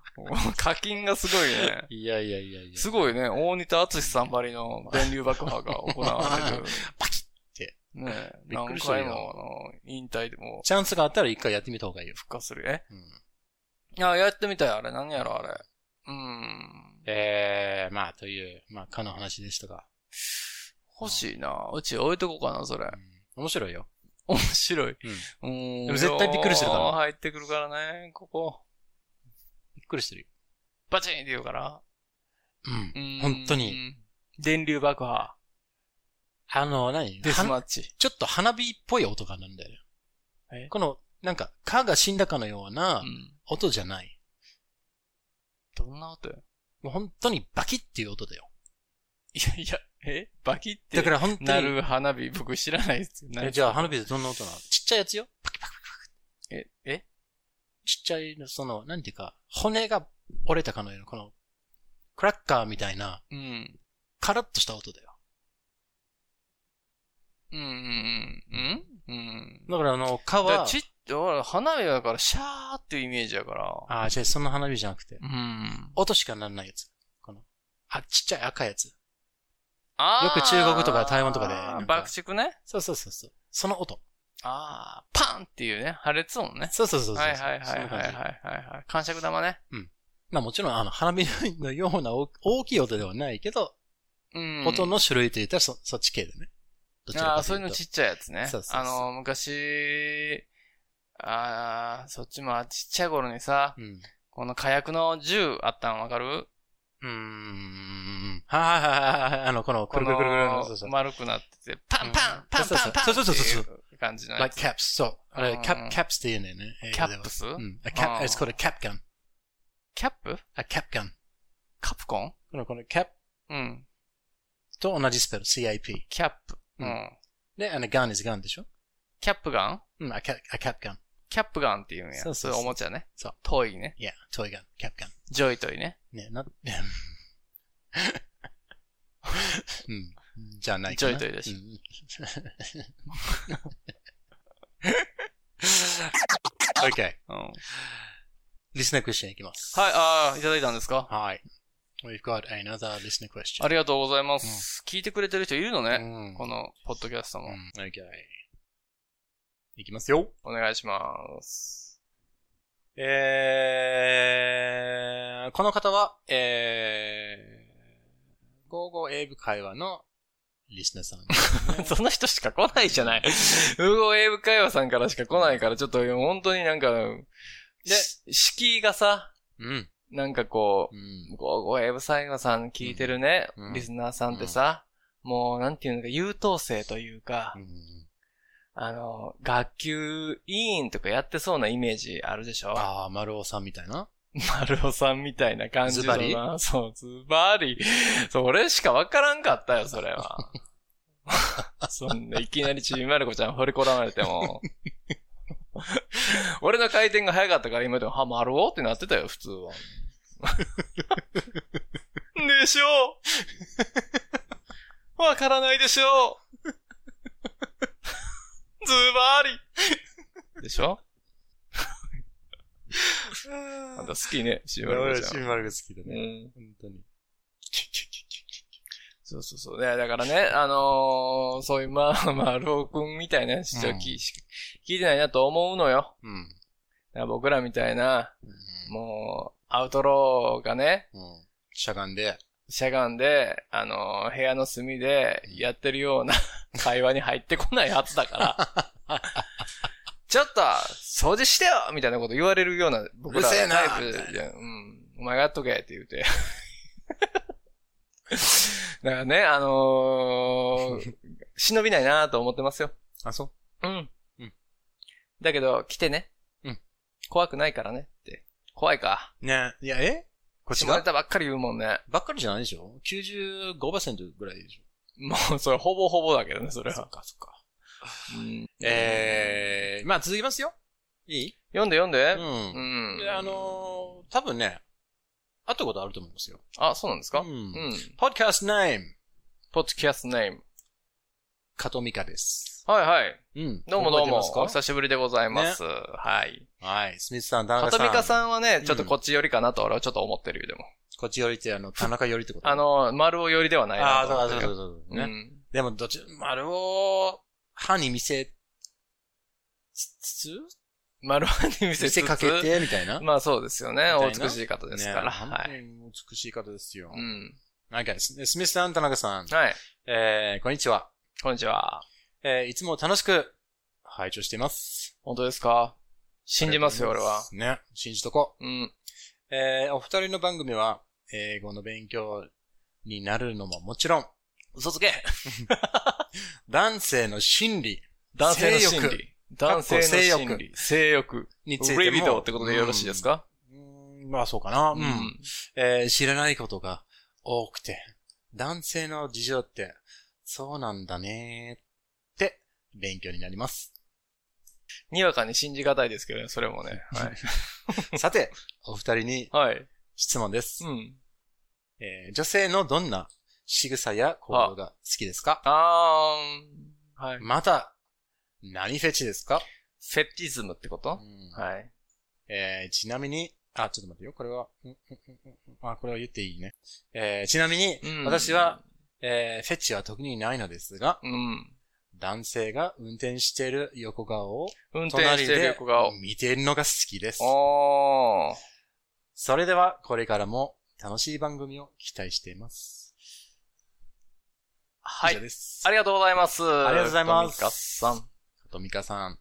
A: 課金がすごいね。
F: いやいやいやいや。
A: すごいね、大仁田敦さんばりの電流爆破が行わ れる。
F: パキッて。
A: ねえ、
F: びっく
A: 何
F: りしたよ
A: 回もあの、引退でも
F: チャンスがあったら一回やってみた方がいいよ。
A: 復活する。え
F: うん
A: あ、やってみたい、あれ。何やろ、あれ。うん。
F: えー、まあという、まあかの話でしたが。
A: 欲しいな。うち置いとこうかな、それ。
F: 面白いよ。
A: 面白い。うん。
F: でも絶対びっくりするから
A: よー入ってくるからね、ここ。
F: びっくりするよ。
A: バチンって言うから。
F: う
A: うん
F: ん。本当に。。
A: 電流爆破。
F: あの、何
A: デスマッチ。
F: ちょっと花火っぽい音がなんだよ
A: え
F: ね。この、なんか、蚊が死んだかのよう
A: う。
F: なん音じゃない。
A: どんな音や
F: もう本当にバキっていう音だよ。
A: いやいや、えバキって。
F: だから本当
A: な
F: に。
A: る花火、僕知らないですよ。
F: えじゃあ花火でどんな音なのちっちゃいやつよ。
A: え、え
F: ちっちゃいの、その、なんていうか、骨が折れたかのような、この、クラッカーみたいな、
A: うん。
F: カラッとした音だよ。
A: うん、うん、うんうん。
F: だからあの、蚊
A: だから
F: は、
A: ちっ、だから花火だからシャーっていうイメージだから。
F: ああ、じゃあその花火じゃなくて、
A: うん。
F: 音しかならないやつ。この、あ、ちっちゃい赤いやつ。
A: あー
F: よく中国とか台湾とかでなんか
A: 爆竹ね。
F: そうそうそうそう。その音。
A: ああ、パンっていうね、破裂音ね。
F: そうそうそうそう。
A: はいはい
F: そ
A: は
F: ん
A: い
F: な
A: はいはい
F: 感じ
A: はいはい。感触玉ね。
F: まあもちろん、あの、花火のような大大きい音ではないけど、
A: うん。
F: 音の種類といったらそ、そっち系だね。どちら
A: ああ
F: か
A: ー、そ
F: と
A: う
F: い
A: いう
F: う
A: の
F: と。
A: ちっちゃいやつね。
F: そうそうそう
A: あの、昔、ああ、そっちもちっちゃい頃にさ、
F: うん。
A: この火薬の銃あったんわかる
F: うーん。はいはいはいはいはい。あの、この、く
A: こ
F: るくるくるくるの。
A: の
F: そうそう。
A: 丸くなってて、パンパンパン
F: そうそう
A: パ
F: そ
A: ン
F: う
A: パン
F: そうそうそうそう
A: っていう感じのや
F: like
A: つ。
F: caps. そう。あれ、
A: うん
F: cap, caps って言うんだよね。英
A: キャ
F: 語で
A: ッ
F: は
A: プス
F: うん。
A: あ
F: A cap,
A: ー
F: it's called a cap gun.
A: キャップ
F: A cap gun.
A: カプコン
F: この、この cap
A: うん。
F: と同じスペル、cap.
A: キャップ。う
F: うん
A: ん。
F: で、あの、gun is gun でしょ
A: キャップガン
F: うん、a cap, a cap gun.
A: キャップガンっていうんや。
F: そうそうそ
A: れ
F: う
A: おもちゃね。
F: そう。
A: トイね。
F: Yeah, toy gun, cap gun.
A: ジョイトイね。
F: ね、な、 うん。じゃない
A: ち
F: か
A: ょ
F: な。
A: いちょい だし
F: うん。OK。
A: うん。はい、
F: listener question いきます。
A: ああ、いただいたんですか
F: はい。We've got another listener question.
A: ありがとうございます。聞いてくれてる人いるのね。
F: うん
A: この、ポッドキャストも。
F: うん OK。いきますよ。
A: お願いします。。
F: えー、この方は、えー、ゴーゴー英語会話のリスナーさんですね
A: その人しか来ないじゃない。ウーゴーエイブ会話さんからしか来ないから、ちょっと本当になんか、
F: で
A: し敷居がさ、
F: うん。
A: なんかこ
F: う
A: う、
F: ん。
A: ゴーゴーエイブ会話さん聞いてるね、
F: うん
A: リスナーさんってさ、もうなんていうのか、優等生というか、
F: うん
A: あの、学級委員とかやってそうなイメージあるでしょ
F: ああ、丸尾さんみたいな。
A: 丸尾さんみたいな感じだ
F: ズバ
A: な。そう、ズバリ。それしかわからんかったよ、それは。 そんな、いきなりちびまる子ちゃん掘り込まれても。 俺の回転が早かったから今でも、は、丸尾ってなってたよ、普通 は。でしょうわからないでしょうズバリでしょあんた好きね、ちびまる子ちゃん。
F: みまるが好きだ
A: う。ん
F: 本当に。
A: そうそうそう。ね、だからね、あのーそういう、まあ、まあ、ロー君みたいな人は聞,、聞いてないなと思うのよ。
F: うん。
A: だから僕らみたいな、もう、アウトローがね、
F: うん。しゃがんで。
A: しゃがんで、あのー部屋の隅でやってるよう な会話に入ってこないはずだから。ちょっと、掃除してよみたいなこと言われるような、僕ら
F: うるせえな
A: タイプじゃんうん。お前がやっとけって言うて。 だからね、あの ー忍びないなと思ってますよ。
F: あ、そ
A: うん。
F: うん
A: だけど、来てね。
F: うん
A: 怖くないからねって。怖いか。
F: うねいや、えこっち
A: 下ネ
F: が
A: タばっかり言うもんね。
F: ばっかりじゃないでしょ ?95% ぐらいでしょ
A: もう、それほぼほぼだけどね、それは。
F: そっか、そっか。
A: うん
F: えー、まあ続きますよ。いい
A: 読んで読ん
F: う。
A: で。うんん。
F: であのー、多分ね、会ったことあると思いますよ。
A: あ、そうなんですか
F: う
A: うん。
F: ん。podcast name、
A: ポッドキャストネーム。
F: 加藤美香です。
A: はいはい。
F: うん
A: どうもどうも。お
F: 覚えてま
A: 久しぶりでございます。はい。
F: すかはい。スミスさん、田
A: か
F: 中さ
A: と
F: ん。
A: みか
F: ん。
A: さんはね
F: う、ん
A: ちょっとこっち寄りかなと俺はちょっと思ってるよ、でも。
F: こっち寄りって、あの、田中寄りってこ と
A: あ、の、丸尾寄りではない
F: あ
A: な
F: あ、
A: と
F: そう
A: 思
F: だ
A: って
F: そう
A: る
F: だ
A: よ。
F: そうだ。
A: う
F: ね。
A: ん。
F: でも、どっち、丸を、歯に見せ、つつ
A: 丸尾に見せ
F: 見
A: つつ
F: せかけ。て、みたいな。
A: まあそうですよね。
F: みた
A: お
F: いな
A: 美しい方ですから。
F: ね
A: は
F: 本
A: い。
F: 当に美しい方ですよ。
A: うん。
F: なんかですね、スミスさん、田中さん。
A: はい。
F: えー、こんにちは。
A: こんにちは。
F: えー、いつも楽しく、拝聴しています。
A: 本当ですか信じますよ、俺は。。
F: ね、信じとこ
A: うん。
F: う。えー、お二人の番組は、英語の勉強になるのももちろん、
A: 嘘 つけ
F: 男性の心理、
A: 男性の心
F: 性
A: 理。男性の
F: 性欲
A: 心理。性欲。
F: についても。
A: レビドーってことでよろしいですか
F: うん、うんまあそうかな。うん。。えー知らないことが多くて、男性の事 情って、そうなんだねーって、勉強になります。
A: にわかに信じがたいですけどね、それもね。
F: さて、お二人に
A: はい。はい。
F: 質問です
A: う。ん。
F: えー女性のどんな仕草や行動が好きですか
A: あーん、はい。フ
F: また、何フェチですか、
A: ェティズムってこと
F: うん
A: はい。
F: えーちなみに、あ、ちょっと待ってよ。これは、うんうんうんうんあ、これは言っていいね。えーちなみに、
A: うん
F: 私は、えーフェチは特にないのですが、
A: うん。
F: 男性が運転している横顔を、
A: 運転
F: 隣
A: してる
F: で
A: 横顔。
F: 見ているのが好きです。
A: おー。
F: それでは、これからも楽しい番組を期待しています。
A: は
F: 以上
A: い。
F: です。
A: ありがとうございます。あ
F: りがとうございます
A: さん。
F: とみかさん。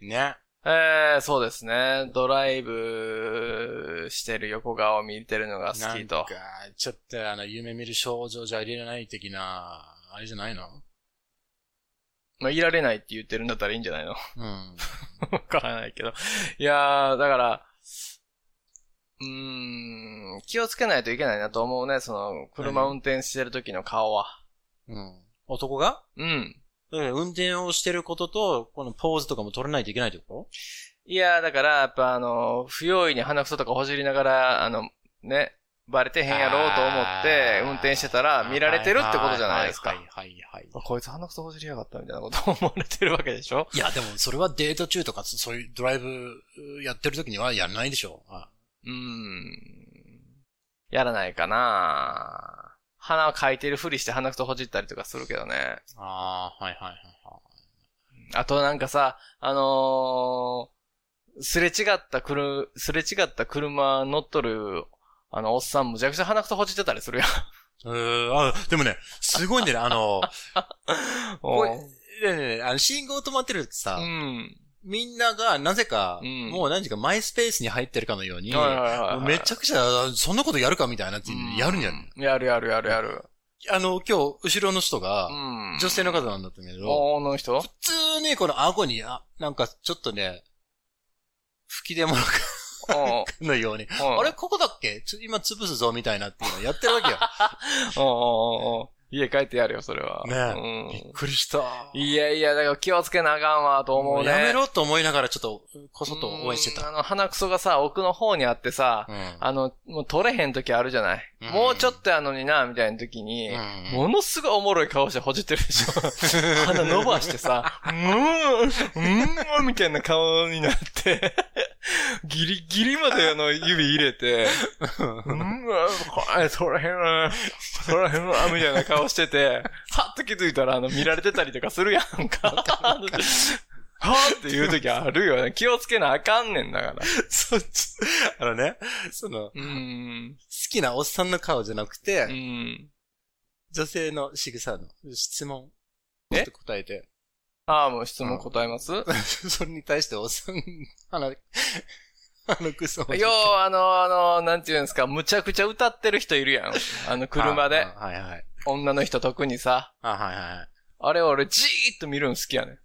F: ね。
A: えー、そうですね。ドライブしてる横顔を見てるのが好き
F: なん
A: と
F: か。、ちょっとあの、夢見る少女じゃいれない的な、あれじゃないの
A: まあ、いられないって言ってるんだったらいいんじゃないの
F: うん。
A: わからないけど。いやー、だから、うーん、気をつけないといけないなと思うね。その、車運転してる時の顔は。
F: うん。男が
A: うん。
F: うん運転をしてることと、このポーズとかも取れないといけないってこ
A: いやー、だから、やっぱあの、不用意に鼻くそとかほじりながら、あの、ね、バレてへんやろうと思って、
F: あー
A: 運転してた
F: と
A: ら見られてるってことじゃないですか
F: はい。はいはい
A: あ
F: はい。
A: こいつ鼻くそほじりやがったみたいなことを思われてるわけでしょ
F: いや、でもそれはデート中とか、そそういうドライブやってる時にはやらないでしょ。あ
A: うーん。やらないかな鼻をかいてるふりして鼻くそほじったりとかするけどね。
F: あー、はいはいはいはい。
A: あとなんかさ、あのーすれ違ったくる、すれ違った車乗っとる、あの、おっさんむちゃくちゃ鼻くそほじってたりするやん。
F: うーん、あ、でもね、すごいんだよね、あの、 こ
A: おう
F: うねえねえねえあの信号止まってるってさ、
A: うん。
F: みんなが、なぜか、
A: うん
F: もう何時かマイスペースに入ってるかのように、
A: はいはいはいはい
F: もうめちゃくちゃ、そんなことやるかみたいなって、やるんじゃん。
A: うんやるやるやるやる。
F: あの、今日、後ろの人が、
A: うん。
F: 女性の方なんだったけど、
A: おーの 人
F: 普通にこの顎に、あ、なんかちょっとね、吹き出物か
A: おう
F: のように、
A: おう
F: あれここだっけつ今潰すぞみたいなっていうのをやってるわけよ。
A: おうおうおう家帰ってやるよ、それは。
F: ね
A: うん
F: びっくりした。
A: いやいや、だから気をつけなあかんわ、と思うね。
F: やめろと思いながらちょっと、こそっと応援して
A: う
F: た。
A: んあの、鼻くそがさ、奥の方にあってさ、
F: うん
A: あの、もう取れへん時あるじゃない。
F: うん
A: もうちょっとやのにな、みたいな時に、
F: うん
A: ものすごいおもろい顔してほじってるでしょ。 鼻伸ばしてさ、うーん、うーん、みたいな顔になって、ギリギリまであの指入れて、うーん、これ取れへんわ、取れへんわ、みたいな顔してて、はっと気づいたらあの見られてたりとかするやんか。はぁって言う時あるよね。気をつけなあかんねんだから。
F: そっち、あのね、その、好
A: うん。
F: きなおっさんの顔じゃなくて、
A: うん。
F: 女性の仕草の質問。
A: え
F: って答えて。
A: ああ、もう質問答えます、
F: それに対しておっさん、 あの、あのクソ。
A: よう、あの、あの、なんていうんですか、むちゃくちゃ歌ってる人いるやん。あの、車で。
F: あはいはい。
A: 女の人特にさ。
F: あ、はいはい。
A: あれ俺、じーっと見るの好きやねん。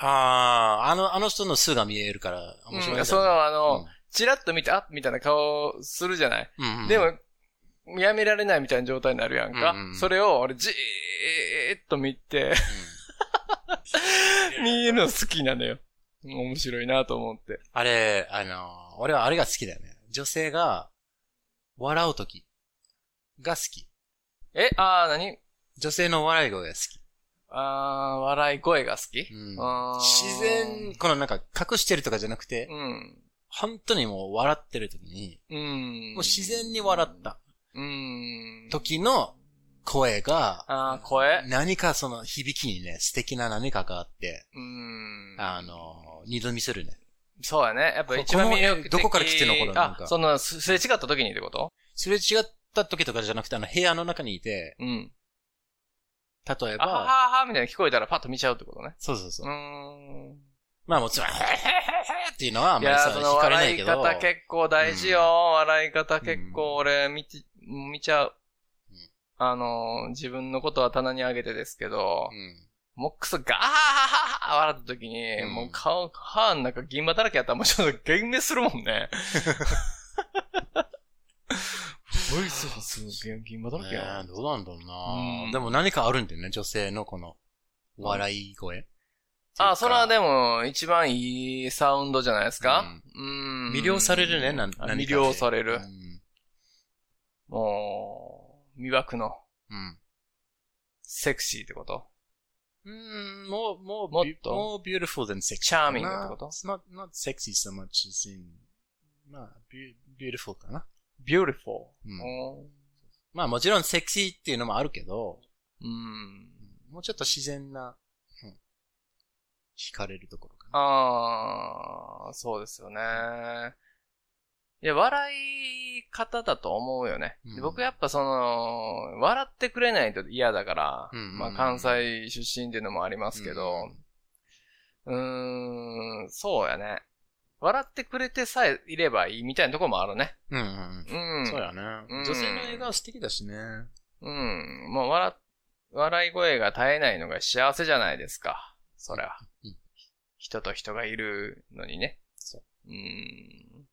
F: あー、あの、あの人の巣が見えるから、面白い、
A: うん、その、あの、チラッと見て、あっみたいな顔するじゃない。
F: うん、うん
A: で、も、やめられないみたいな状態になるやんか。
F: うんうん
A: それを俺、じーっと見 て、見るの好きなのよ。面白いなと思って。
F: あれ、あの、俺はあれが好きだよね。女性が、笑うときが好き。
A: え、あー、何
F: 女性の笑い声が好き。
A: あー、笑い声が好き、
F: うん
A: あー
F: 自然、このなんか隠してるとかじゃなくて、
A: うん。
F: 本当にもう笑ってる時に、
A: うん。
F: もう自然に笑った
A: うん。
F: 時の声が、
A: あー、声
F: 何かその響きにね、素敵な何かがあって、
A: うん。
F: あの、二度見するね。
A: そうやね。やっぱ一
F: こ
A: 番
F: この
A: 魅力的
F: どこから来てんのこれなん
A: あ
F: か、
A: その、すすれ違った時にってこと
F: すれ違った時とかじゃなくて、あの部屋の中にいて、
A: うん。
F: 例え
A: あはは
F: ば、
A: ははみたいな聞こえたらパッと見ちゃうってことね。
F: そうそうそうう。
A: ー ん。
F: まあもちろん、へへへへっていうのはあん
A: い
F: まり
A: や
F: さ、
A: ー、その
F: 惹かれな
A: 笑
F: い
A: い
F: けど、
A: 方結構大事よ。笑い方結構俺見ち、見ちゃう
F: うん。
A: あのー、自分のことは棚にあげてですけど
F: う、ん
A: もうくそガーハハハ笑った時に、
F: うん
A: もう顔、歯の中銀歯だらけやったらもうちょっと幻滅するもん ね。ボイスはすごい銀歯だらけや
F: ねえどうなんだろう
A: うん
F: なでも何かあるんだよね、女性のこの、笑い声。
A: あ、それはで
F: も、
A: も、一番いいサウンドじゃないですかうん。
F: 魅了されるね、なん何かに
A: 魅了される
F: う。ん
A: もう、魅惑の、
F: うん。
A: セクシーってこと
F: うん、もう、もう、
A: もっと
F: more beautiful than sexy.
A: チャーミングってこと
F: It's not, not sexy so much as in, まあ、ビュ beautiful かな。
A: beautiful.
F: うんまあもちろんセクシーっていうのもあるけど、
A: うん。
F: もうちょっと自然な、うん、惹かれるところかな。
A: ああ、そうですよね。いや、笑い方だと思うよね。
F: うん
A: で僕やっぱその、笑ってくれないと嫌だから、
F: うんうんうん
A: まあ関西出身っていうのもありますけど、うーん、そうやね。笑ってくれてさえいればいいみたいなところもあるね。
F: うんうん
A: う。
F: うんん。そうやね。
A: うん
F: 女性の映画は素敵だしね。
A: うん。もう笑、笑い声が絶えないのが幸せじゃないですか。それは
F: うん。
A: 人と人がいるのにね。。
F: そう
A: ん。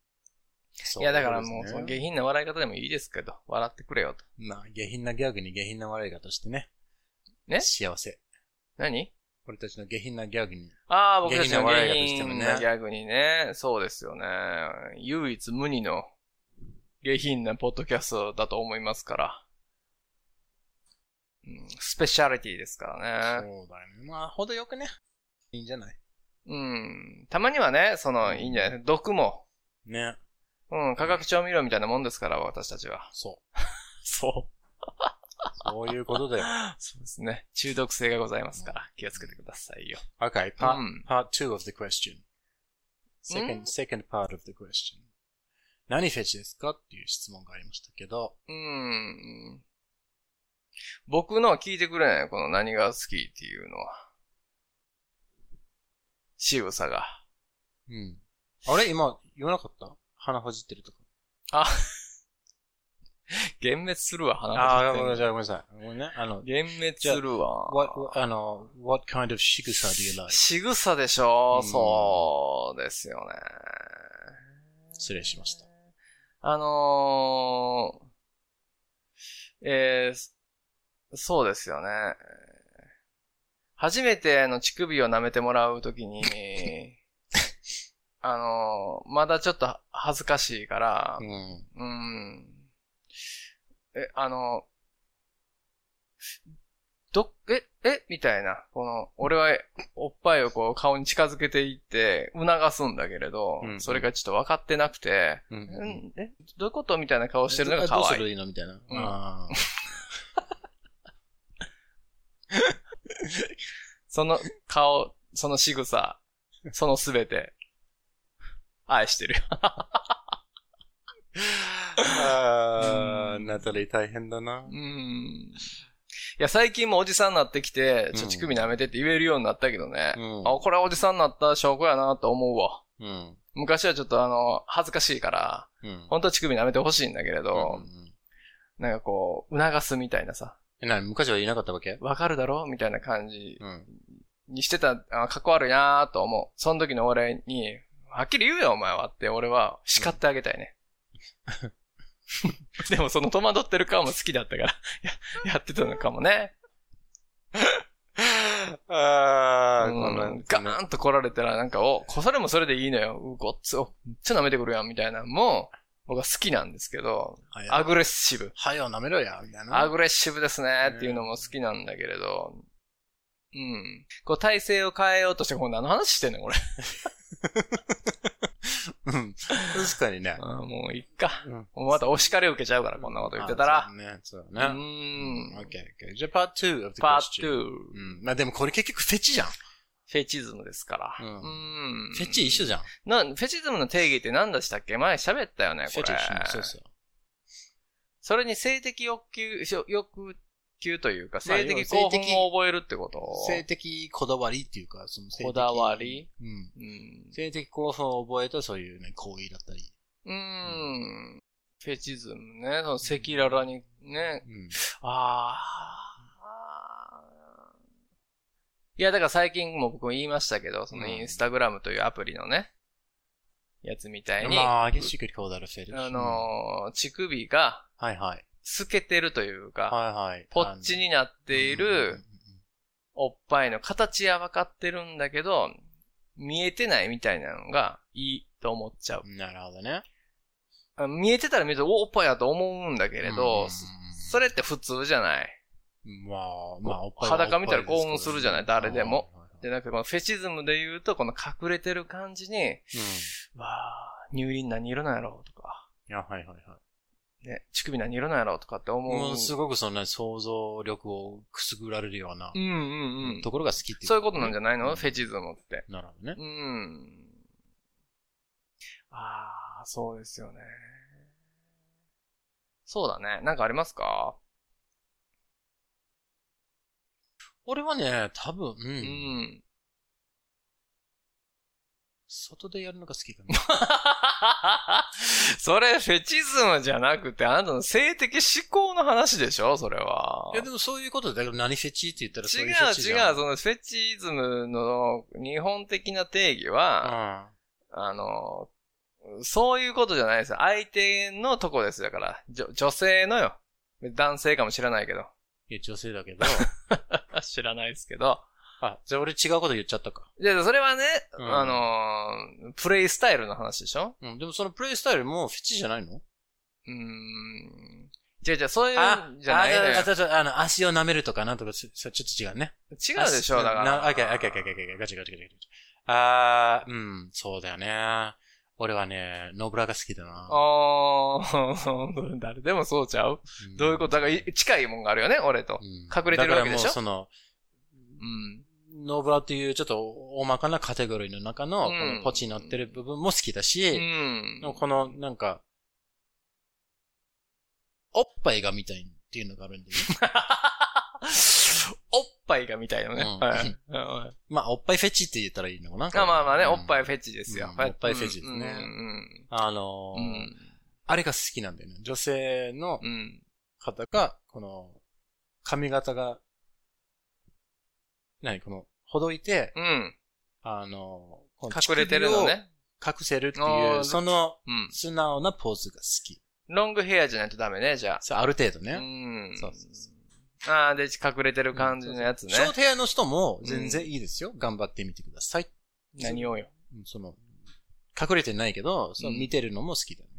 F: そ
A: いや、だからもう、その
F: 下
A: 下
F: 品。
A: 品な笑い方でもいいですけど、笑ってくれよと。
F: まあ、下品なギャグに下品な笑い方してね。
A: ね
F: 幸せ。
A: 何
F: 俺たちの下品なギャグに。
A: ああ、僕たち
F: 下品
A: の
F: な笑い
A: 下
F: 方しても
A: 品
F: ね
A: なギャグにね。そうですよね。唯一無二の下品なポッドキャストだと思いますから。うん、スペシャリティですからね。
F: そうだよね。まあ、ほどよくね。いいんじゃない
A: うん。たまにはね、その、いいんじゃないですか。毒も
F: ね。
A: うん、化学調味料みたいなもんですから、私たちは。
F: そう。
A: そう。
F: そういうことだよ。
A: そうですね。中毒性がございますから、気をつけてくださいよ。
F: Okay,
A: う
F: part,
A: ん
F: part two of the question.
A: うん
F: Second, second part of the question. 何フェチですかっていう質問がありましたけど、
A: うん。僕のは聞いてくれないよこの何が好きっていうのは。渋さが。
F: うん。あれ今言わなかった鼻ほじってるとか。
A: あ、幻滅するわ、鼻
F: ああ、
A: ほ
F: ごめんな
A: じっ
F: さい、ごめんなさい。ごめんね。あの、
A: てんの幻滅するわ。
F: what, what- あの、what kind of 仕草 do you like?
A: 仕草でしょ、
F: うん
A: そうですよね。
F: 失礼しました。
A: あのー、えー、そうですよね。初めてあの乳首を舐めてもらうとき に、あのー、まだちょっと恥ずかしいから
F: う、ん。
A: うん。え、あの、ど、え、えみたいな。この、俺は、おっぱいをこう、顔に近づけていって、促すんだけれど、
F: うん
A: それがちょっと分かってなくて、
F: う。
A: うんん、え、どういうことみたいな顔してるのが可
F: どうす
A: 愛い。
F: るいいのみたいな。
A: ん
F: あー
A: その顔、その仕草、そのすべて、愛してるよ。
F: あー、ナタリー大変だな
A: う。ん。いや、最近もおじさんになってきて、ちょ、乳首舐めてって言えるようになったけどね。
F: うん
A: あ、これおじさんになった証拠やなと思うわ。
F: うん。
A: 昔はちょっとあの、恥ずかしいから、
F: うん。
A: 本当は乳首舐めてほしいんだけれど、
F: うん
A: なんかこう、促すみたいなさ、
F: え、なに昔は言えなかったわけ
A: わかるだろみたいな感じ
F: うん。
A: にしてた、あかっこ悪いなと思う。その時の俺に、はっきり言うよお前はって、俺は叱ってあげたいね。 でもその戸惑ってる顔も好きだったから、ややってたのかもね。
F: あ
A: うんガーンと来られたら、なんか、お、こそれもそれでいいのよ。うごっつ、お、めっちゃ舐めてくるやん、みたいなのも、僕は好きなんですけど、アグレッシブ。
F: はよ、舐めろや、みたいな。
A: アグレッシブですね、っていうのも好きなんだけれど、うん。こう、体勢を変えようとして、これ何の話してんのこれ。
F: うん。確かにね。
A: あーもう、いっか。
F: うん
A: もうまたお叱り受けちゃうから、こんなこと言ってたら
F: あ。そうね、そう
A: う
F: だね。
A: ん。
F: OK, OK. じゃあ、part 2 of the
A: パ
F: question.
A: ー2、
F: うん。まあでもこれ結局フェチじゃん。
A: フェチズムですから。
F: うん
A: うん
F: フェチ一緒じゃん。
A: な、フェチズムの定義って何でしたっけ前喋ったよね、
F: フ
A: こ
F: ェ
A: れ。
F: チ一緒。そうそう。
A: それに性的欲求、しょ欲求というか、
F: まあ
A: 性的
F: 要
A: 興
F: は性的
A: 奮を覚えるってこと
F: 性的こだわりっていうか、その性的
A: こだわり
F: うん。
A: うん。
F: 性的興奮を覚えたそういうね、行為だったり。
A: うーん。フェチズムね、その赤裸々にね、
F: うん。
A: ああ。いや、だから最近も僕も言いましたけど、その
F: うん
A: インスタグラムというアプリのね、やつみたいに、あ
F: まあ、I guess you could call that a fetish. うん
A: のー、乳首が
F: はいはい。
A: 透けてるというか、
F: はいはい。
A: ポッチになってい
F: うんうんうん
A: るおっぱいの形は分かってるんだけど、見えてないみたいなのがいいと思っちゃう。
F: なるほどね。
A: あ見えてたら見ると、おおっぱいだと思うんだけれ
F: うんうんう
A: ど、
F: ん
A: そそれって普通じゃない。
F: まあ、まあ、おっぱいは
A: 裸
F: おっぱい
A: 見たら興奮するじゃない誰でも
F: はいはいはい。
A: で、なんかこのフェチズムで言うと、この隠れてる感じに、わあ、乳輪何色なんやろうとか、
F: うん。あはいはいは
A: ね、乳首何色なんやろうとかって思
F: い。も
A: う
F: う。すごくそのね、想像力をくすぐられるような
A: うんうんうん。
F: ところが好きっていう。
A: そういうことなんじゃないの、
F: うん
A: フェチズムって。
F: なるほどね。
A: うん。ああ、そうですよね。そうだね。なんかありますか
F: 俺はね、多分、う。
A: うんん。
F: 外でやるのが好きか な。
A: それ、フェチズムじゃなくて、あなたの性的思考の話でしょそれは。
F: いや、でもそういうことだよ。何フェチって言ったらそう
A: 違う
F: いう
A: 違
F: フェチじゃん
A: う、そのフェチズムの日本的な定義は、あの、そういうことじゃないですよ。相手のとこです。だから、じょ女性のよ。男性かもしれないけど。
F: うん。いや、女性だ けど。
A: 知らないですけど。
F: あ、じゃあ俺違うこと言っちゃったか。
A: で、それはね、
F: うん
A: あのー、プレイスタイルの話でしょ
F: うん。でもそのプレイスタイルもフェチじゃないの
A: うーん。じゃじゃそうい
F: あ
A: うんじゃないのよ。
F: あ、あああの、足を舐めるとかなんとか、そそちょっと違うね。
A: 違うでしょ、だから。
F: な、あ、け、あけ、あけ、あけ、あけ、ガチガチガチガチ。あー、うん、そうだよね。俺はね、ノブラが好きだな。
A: あー誰でもそうちゃうどういうこととだからい、近いもんがあるよね、俺と。隠れてるわけでしょ
F: だからもう
A: うん。
F: その、ノブラというちょっと大まかなカテゴリーの中
A: う
F: の、こ
A: ん
F: のポチになってる部分も好きだ
A: う
F: し、
A: ん。
F: この、なんか、おっぱいが見たいっていうのがあるんで、ね、
A: おっぱいがみたいなね。
F: うん
A: はいはい
F: まあ、おっぱいフェチって言ったらいいのかな。
A: あまあまあね、おっぱい
F: ェチ。
A: フェチですよ。
F: うんおっぱいフェチですね
A: うん
F: あの
A: う
F: ー
A: ん。
F: あれが好きなんだよね。女性の
A: うん。うん。
F: 方が、この、髪型が、何この、ほどいて、
A: うん。
F: あの、この
A: 隠れてるのね。
F: 乳首を隠せるって
A: あ
F: い
A: ー
F: う、その、
A: うん。
F: 素直なポーズが好き。
A: ロングヘアじゃないとダメね、じゃあ。
F: そうある程度
A: う
F: ね。
A: ん。
F: そうそうそ
A: ああ、で、隠れてる感じのやつね
F: シ。ョートヘアの人も全然いいですよ。頑張ってみてください。
A: 何をよ。
F: うんその、隠れてないけど、そうの
A: ん
F: 見てるのも好きだよね。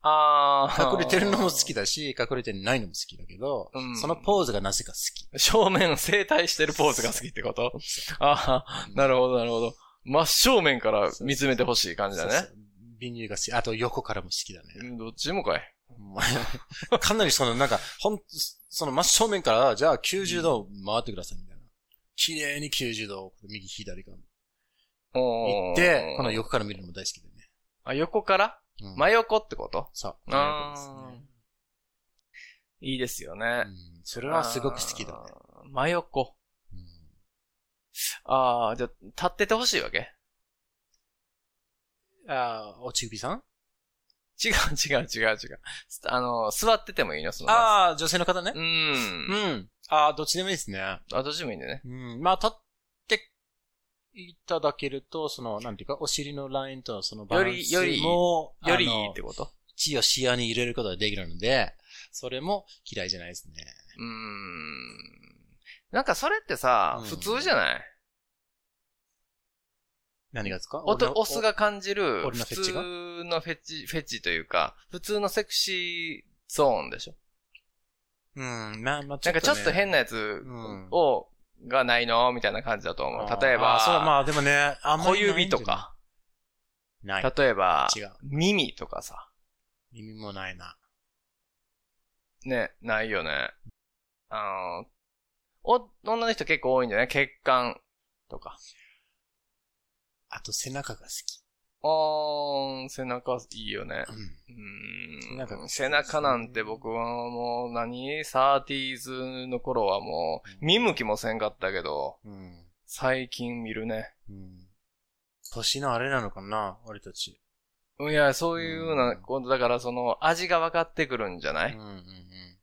A: ああ。
F: 隠れてるのも好き
A: だ。
F: だし、隠れてないのも好きだけど、
A: うん
F: そのポーズがなぜか好き。
A: 正面、正対してるポーズが好きってことああ、なるほど、なるほど。真正面から見つめてほしい感じだ
F: そう
A: ね
F: そ。う。ビニールが好き。あと横からも好きだね。
A: うんどっちもかい。
F: もう かなりその、なんか、ほん、その真正面から、じゃあ90度回ってくださいみたいな。綺麗に90度、右左から
A: 行
F: 行って、この。横から見るのも大好きでね。
A: あ、横から
F: うん
A: 真横ってこと
F: そう。
A: あ
F: 真横
A: ー
F: ですね
A: いいですよ
F: う
A: ね。
F: んそれはすごく好きだね。
A: あー。真横。
F: うん
A: ああ、じゃあ、立っててほしいわけ
F: あー、おちぐびさん
A: 違う 違う違う違う。すあの、座っててもいいのその。あ。
F: ああ、女性の方ね
A: う。。
F: うんん。ああ、どっちでもいいですね。
A: あ、どっちでもいいんでね。
F: うん。まあ、立っていただけると、その、なんていうか、お尻のラインとそのバランス
A: よりより
F: も、
A: よりい
F: あ
A: い
F: の
A: ってこと
F: 地を視野に入れることができるので、それも嫌いじゃないですね。
A: うーん。なんかそれってさ、
F: うん
A: 普通じゃない
F: 何がですか
A: おと、オス。が感じる、
F: 俺の
A: 普
F: フェチ
A: 通
F: が
A: のフェチ、フェチというか、普通のセクシーゾーンでしょ
F: 俺のうん、まあ、まあ、
A: なんかちょっと変
F: な、
A: なやつ
F: うん
A: を、がないのみたいな感じだと思
F: あ
A: う。
F: ー
A: 例えば
F: あ、そう、まあでもね、あんま
A: 小
F: りないん
A: 指
F: じゃ
A: とか、
F: ない。ない。
A: 例えば
F: 違う、
A: 耳とかさ、
F: 耳もないな。
A: ね、ないよね。あの、お、女の人結構多いんじゃない血管とか。
F: あと背中が好き。
A: あー、背中いいよね。
F: うん。
A: うーん
F: なんか
A: 背中なんて僕はもう何サーティーズの頃はもう見向きもせんかったけど、
F: うん。
A: 最近見るね。
F: うん。年のあれなのかな俺たち。
A: いや、そういうようなこと、だからその味が分かってくるんじゃな
F: うん
A: い、
F: うんうん。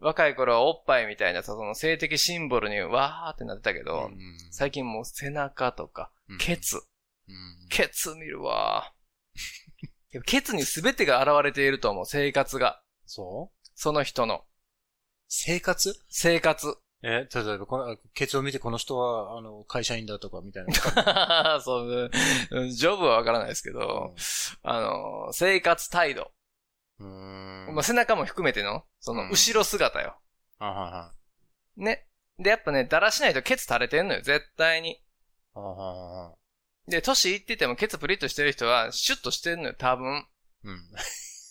A: 若い頃はおっぱいみたいなさ、その性的シンボルにわーってなってたけど、
F: うんうん
A: 最近もう背中とか、ケ。ツ、
F: うん
A: ケツ見るわ。 でもケツに全てが現れていると思う、生活が。
F: そう
A: その人の。
F: 生活
A: 生活。
F: え、例えばこの、ケツを見てこの人は、あの、会社員だとかみたいな。
A: そう、うんジョブはわからないですけど、あの、生活態度。
F: うーん。
A: まあ、背中も含めての、その、後ろ姿よ。
F: あ、はいはい。
A: ね。で、やっぱね、だらしないとケツ垂れてんのよ、絶対に。
F: あはいはいはい。
A: で、年いっててもケツプリッとしてる人は、シュッとしてんのよ、多分。
F: うん。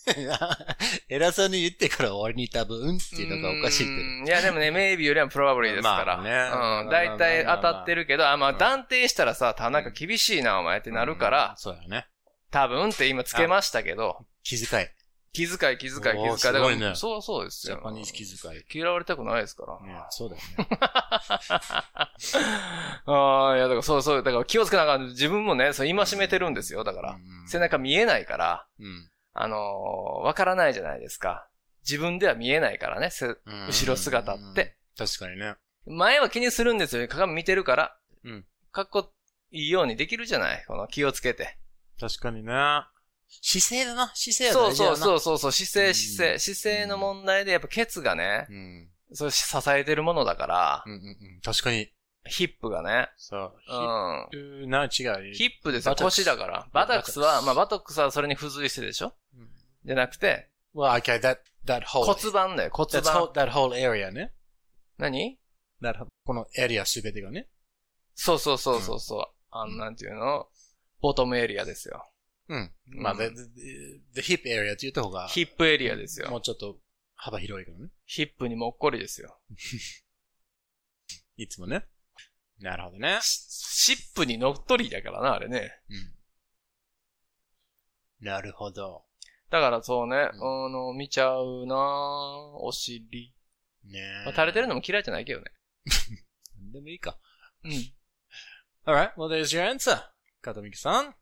F: 偉そうに言ってから終わりに多分、うんっていうのがおかしいけど。
A: うんいや、でもね、メイビーよりはプロバブリーですから。
F: まあね
A: うん。大体当たってるけど、あ、まあ、
F: うん
A: 断定したらさ、田中厳しいな、お前ってなるか
F: うん
A: ら、
F: そうやね。
A: 多分って今つけましたけど、
F: 気遣い。
A: 気遣い、気遣い、気遣い。
F: おーす
A: だ
F: ご
A: か
F: いね
A: ら、そうそうです
F: ジ
A: よ。
F: ャパニーズ気遣い。い
A: 嫌われたくないですから。
F: や、そうだよね。
A: ああ、いや、だからそうそう、だから気をつけながら、自分もね、そう、戒めてるんですよ、だから。
F: うん
A: 背中見えないから、
F: うん。
A: あのーわからないじゃないですか。自分では見えないからね、せ
F: うん
A: 後ろ姿って。
F: 確かにね。
A: 前は気にするんですよ、鏡見てるから。
F: うん。
A: かっこいいようにできるじゃないこの気をつけて。
F: 確かにね。姿勢だな。姿勢は
A: そ
F: 大
A: う
F: 事だ
A: そう
F: な。う
A: そうそうそう、姿勢、姿
F: う
A: 勢、姿勢の問題で、やっぱケツがね、
F: そう。うん。
A: そう支えてるものだから
F: う、んうんうん。確かに。
A: ヒップがね、
F: そう。
A: うん。
F: ヒップな、違う。
A: ヒップですよ、
F: バトックス
A: 腰だから。バタックスは、
F: バタックス
A: まあバタックスはそれに付随してでしょ
F: うん
A: じゃなくて、
F: Well, okay, that, that whole.
A: 骨盤だよ、骨
F: That's
A: 盤
F: whole,。that whole area ね。
A: 何
F: That, このエリアすべてがね。
A: そうそうそうそうそう。あの、なんていうのボトムエリアですよ。
F: うん。
A: うん
F: まあ、the, the, the hip area って言った方が。
A: ヒップエリアです
F: も
A: よ。
F: うちょっと幅広いからね。
A: ヒップにもっこりですよ。
F: いつもね。なるほどね。
A: シップにのっとりだからな、あれね。
F: なるほど。
A: だからそうね、
F: う
A: あの、見ちゃうなぁお尻。
F: ね
A: まあ、垂れてる
F: の
A: のも嫌いじゃないけどね。
F: でもいいか。
A: うん。
F: Alright, well there's your answer. かとみきさん。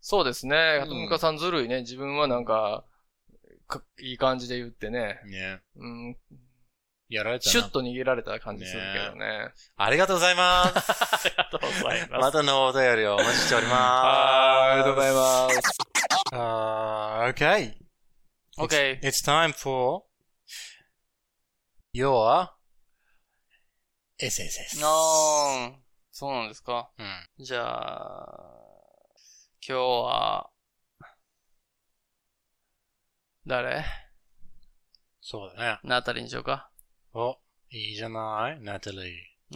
A: そうですね。
F: うん
A: とむかさんずるいね。自分はなんか、かいい感じで言ってね。
F: ね
A: うん。
F: やられたな。
A: シュッと逃げられた感じするけどね。
F: ありがとうございます。
A: ありがとうござい
F: ま。たのお便りをお待ちしており
A: あーあり
F: ま
A: がとうございます。
F: す。あー okay.
A: Okay.
F: It's time for your SSS.
A: あー そうなんですか。
F: うん。
A: じゃあ、今日は、誰
F: そうだね。
A: ナタリーにしようか
F: お、いいじゃないナタリー。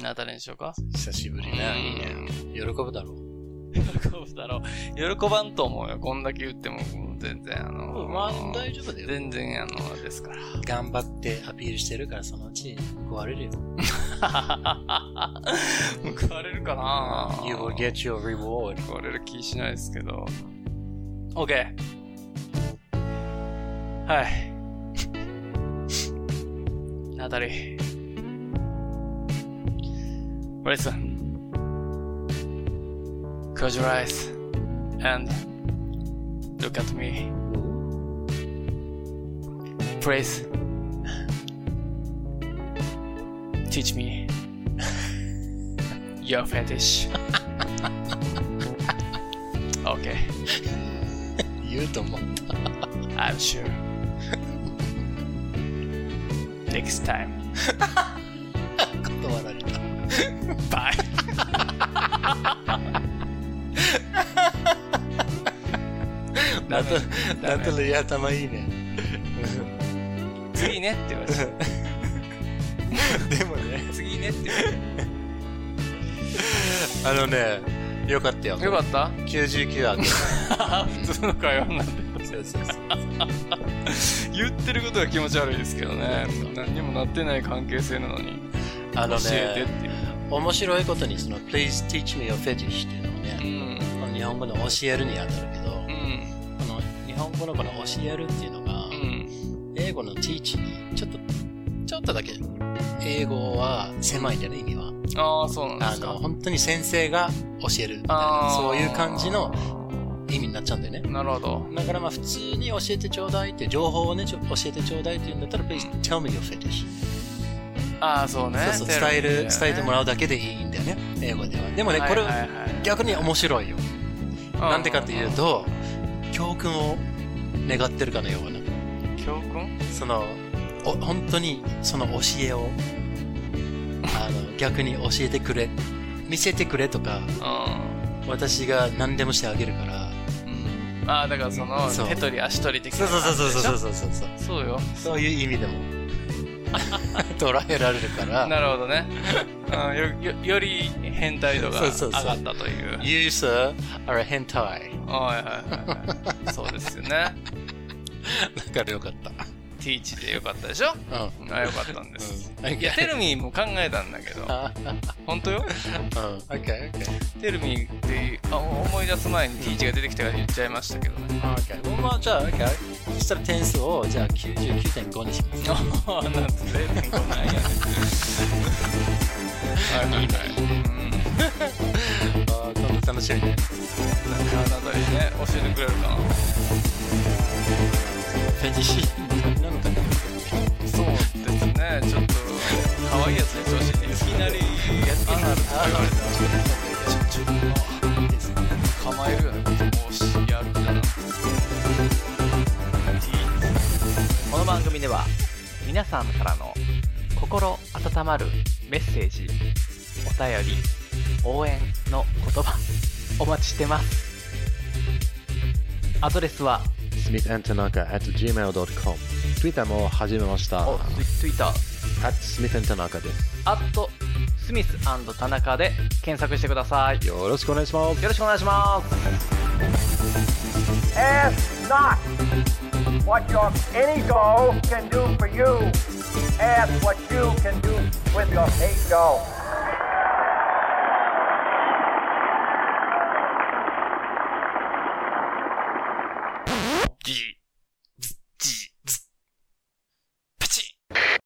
A: ナタリーにしようか
F: 久しぶりね。いいね。喜ぶだろう。
A: 喜ぶだろう。喜ばんと思うよ。こんだけ言っても、もう全然、あの、
F: 丈夫だ。
A: 全然、あの、です から。
F: 頑張ってアピールしてるから、そのうち報われるよ。
A: 報われるかな
F: You will get your reward.
A: 報われる気しないですけど。OK。はい。ナタリー。Listen. Close your eyes and look at me. Please teach me your fetish. okay,
F: 言うと思う。
A: I'm sure. Next time.
F: 断られた。
A: Bye.
F: ナ
A: ダ
F: タ
A: メ
F: ナタリー頭いいね。
A: 次ねって言われて。
F: でもね、
A: 次ねって言われ
F: あのね、よかったよ。
A: て。よかった
F: 99ある。
A: 普通の会話になって
F: そうそうそう。
A: 言ってることが気持ち悪いですけどね何にもなってない関係性なのに
F: あ
A: 教
F: の
A: えてっ
F: ね、
A: ていう
F: 面白いことに、その、Please teach me your fetish っていうの
A: う
F: をね、
A: ん
F: この日本語の教えるに当たるけど、
A: うん
F: この日本語のこの教えるっていうのが、
A: うん
F: 英語の teach にちょっと、ちょっとだけ、英語は狭いんじゃない意味は。
A: ああそうなんで
F: あ
A: す
F: の、
A: か
F: 本当に先生が教えるみたい
A: あ
F: な、
A: ー
F: そういう感じの意味になっちゃうんだよね。
A: なるほど
F: だからまあ普通に教えてちょうだいって、情報をね、ちょ教えてちょうだいって言うんだったら、please tell me your fetish。
A: ああそうね
F: そうそう、伝える、伝えても
A: ら
F: らうだけでいいんだよね、英語では。でもね、これ、
A: れ
F: 逆に面白いよ。なんでかっていうと、教訓を願ってるかのような。
A: 教訓
F: その、お本当にその教えを逆に教えてくれ。見せてくれとか、
A: う
F: 私が何でもしてあげるから。
A: ん。ああ、だからその、
F: そう
A: 手取り足取り的
F: そ
A: な
F: うそうそうそうそ
A: う。
F: うそうそうそう。
A: そうよ。
F: そういう意味でも。捉えられるから、
A: なるほどね。うん、よ、よ、より変態度が
F: そうそ
A: 上
F: うそう
A: がったという。
F: You, sir, are a hentai.
A: はいはいはいはい。そうですよね。
F: だからよかった。
A: ティーチでよかったでしょ
F: うん。
A: あ、よかったんです。
F: うん
A: いや、テルミーも考えたんだけど、
F: あ
A: 本当よ。
F: うん。Okay, okay.
A: テルミーっていうあ、思い出す前にティーチが出てきたから言っちゃいましたけど ね。
F: Okay. まあ、じゃあ、okay. そしたら点数を、じゃあ99.5にします。
A: あ あ、なんて0.5なんやね。はいはいはい。うん。
F: あー今度楽しみね。
A: なんかあなたにね、教えてくれるか
F: フェンシーなのかな
A: な。そうですね、ちょっと、可愛いやつに調子に、いきなり、やってなるって言われたら、ちょっと、構えるようなことをしやるんだな。
G: この番組では皆さんからの心温まるメッセージお便り応援の言葉お待ちしてますアドレスは
H: smithandtanaka at gmail.com ツイッターも始めました
G: お Twitter
H: at smithandtanaka で
G: アットスミス田中で検索してください
H: すよろしくお願いします
G: よろしくお願いします
D: Ask not what your any doll can do for you. Ask what you can do with your hate doll.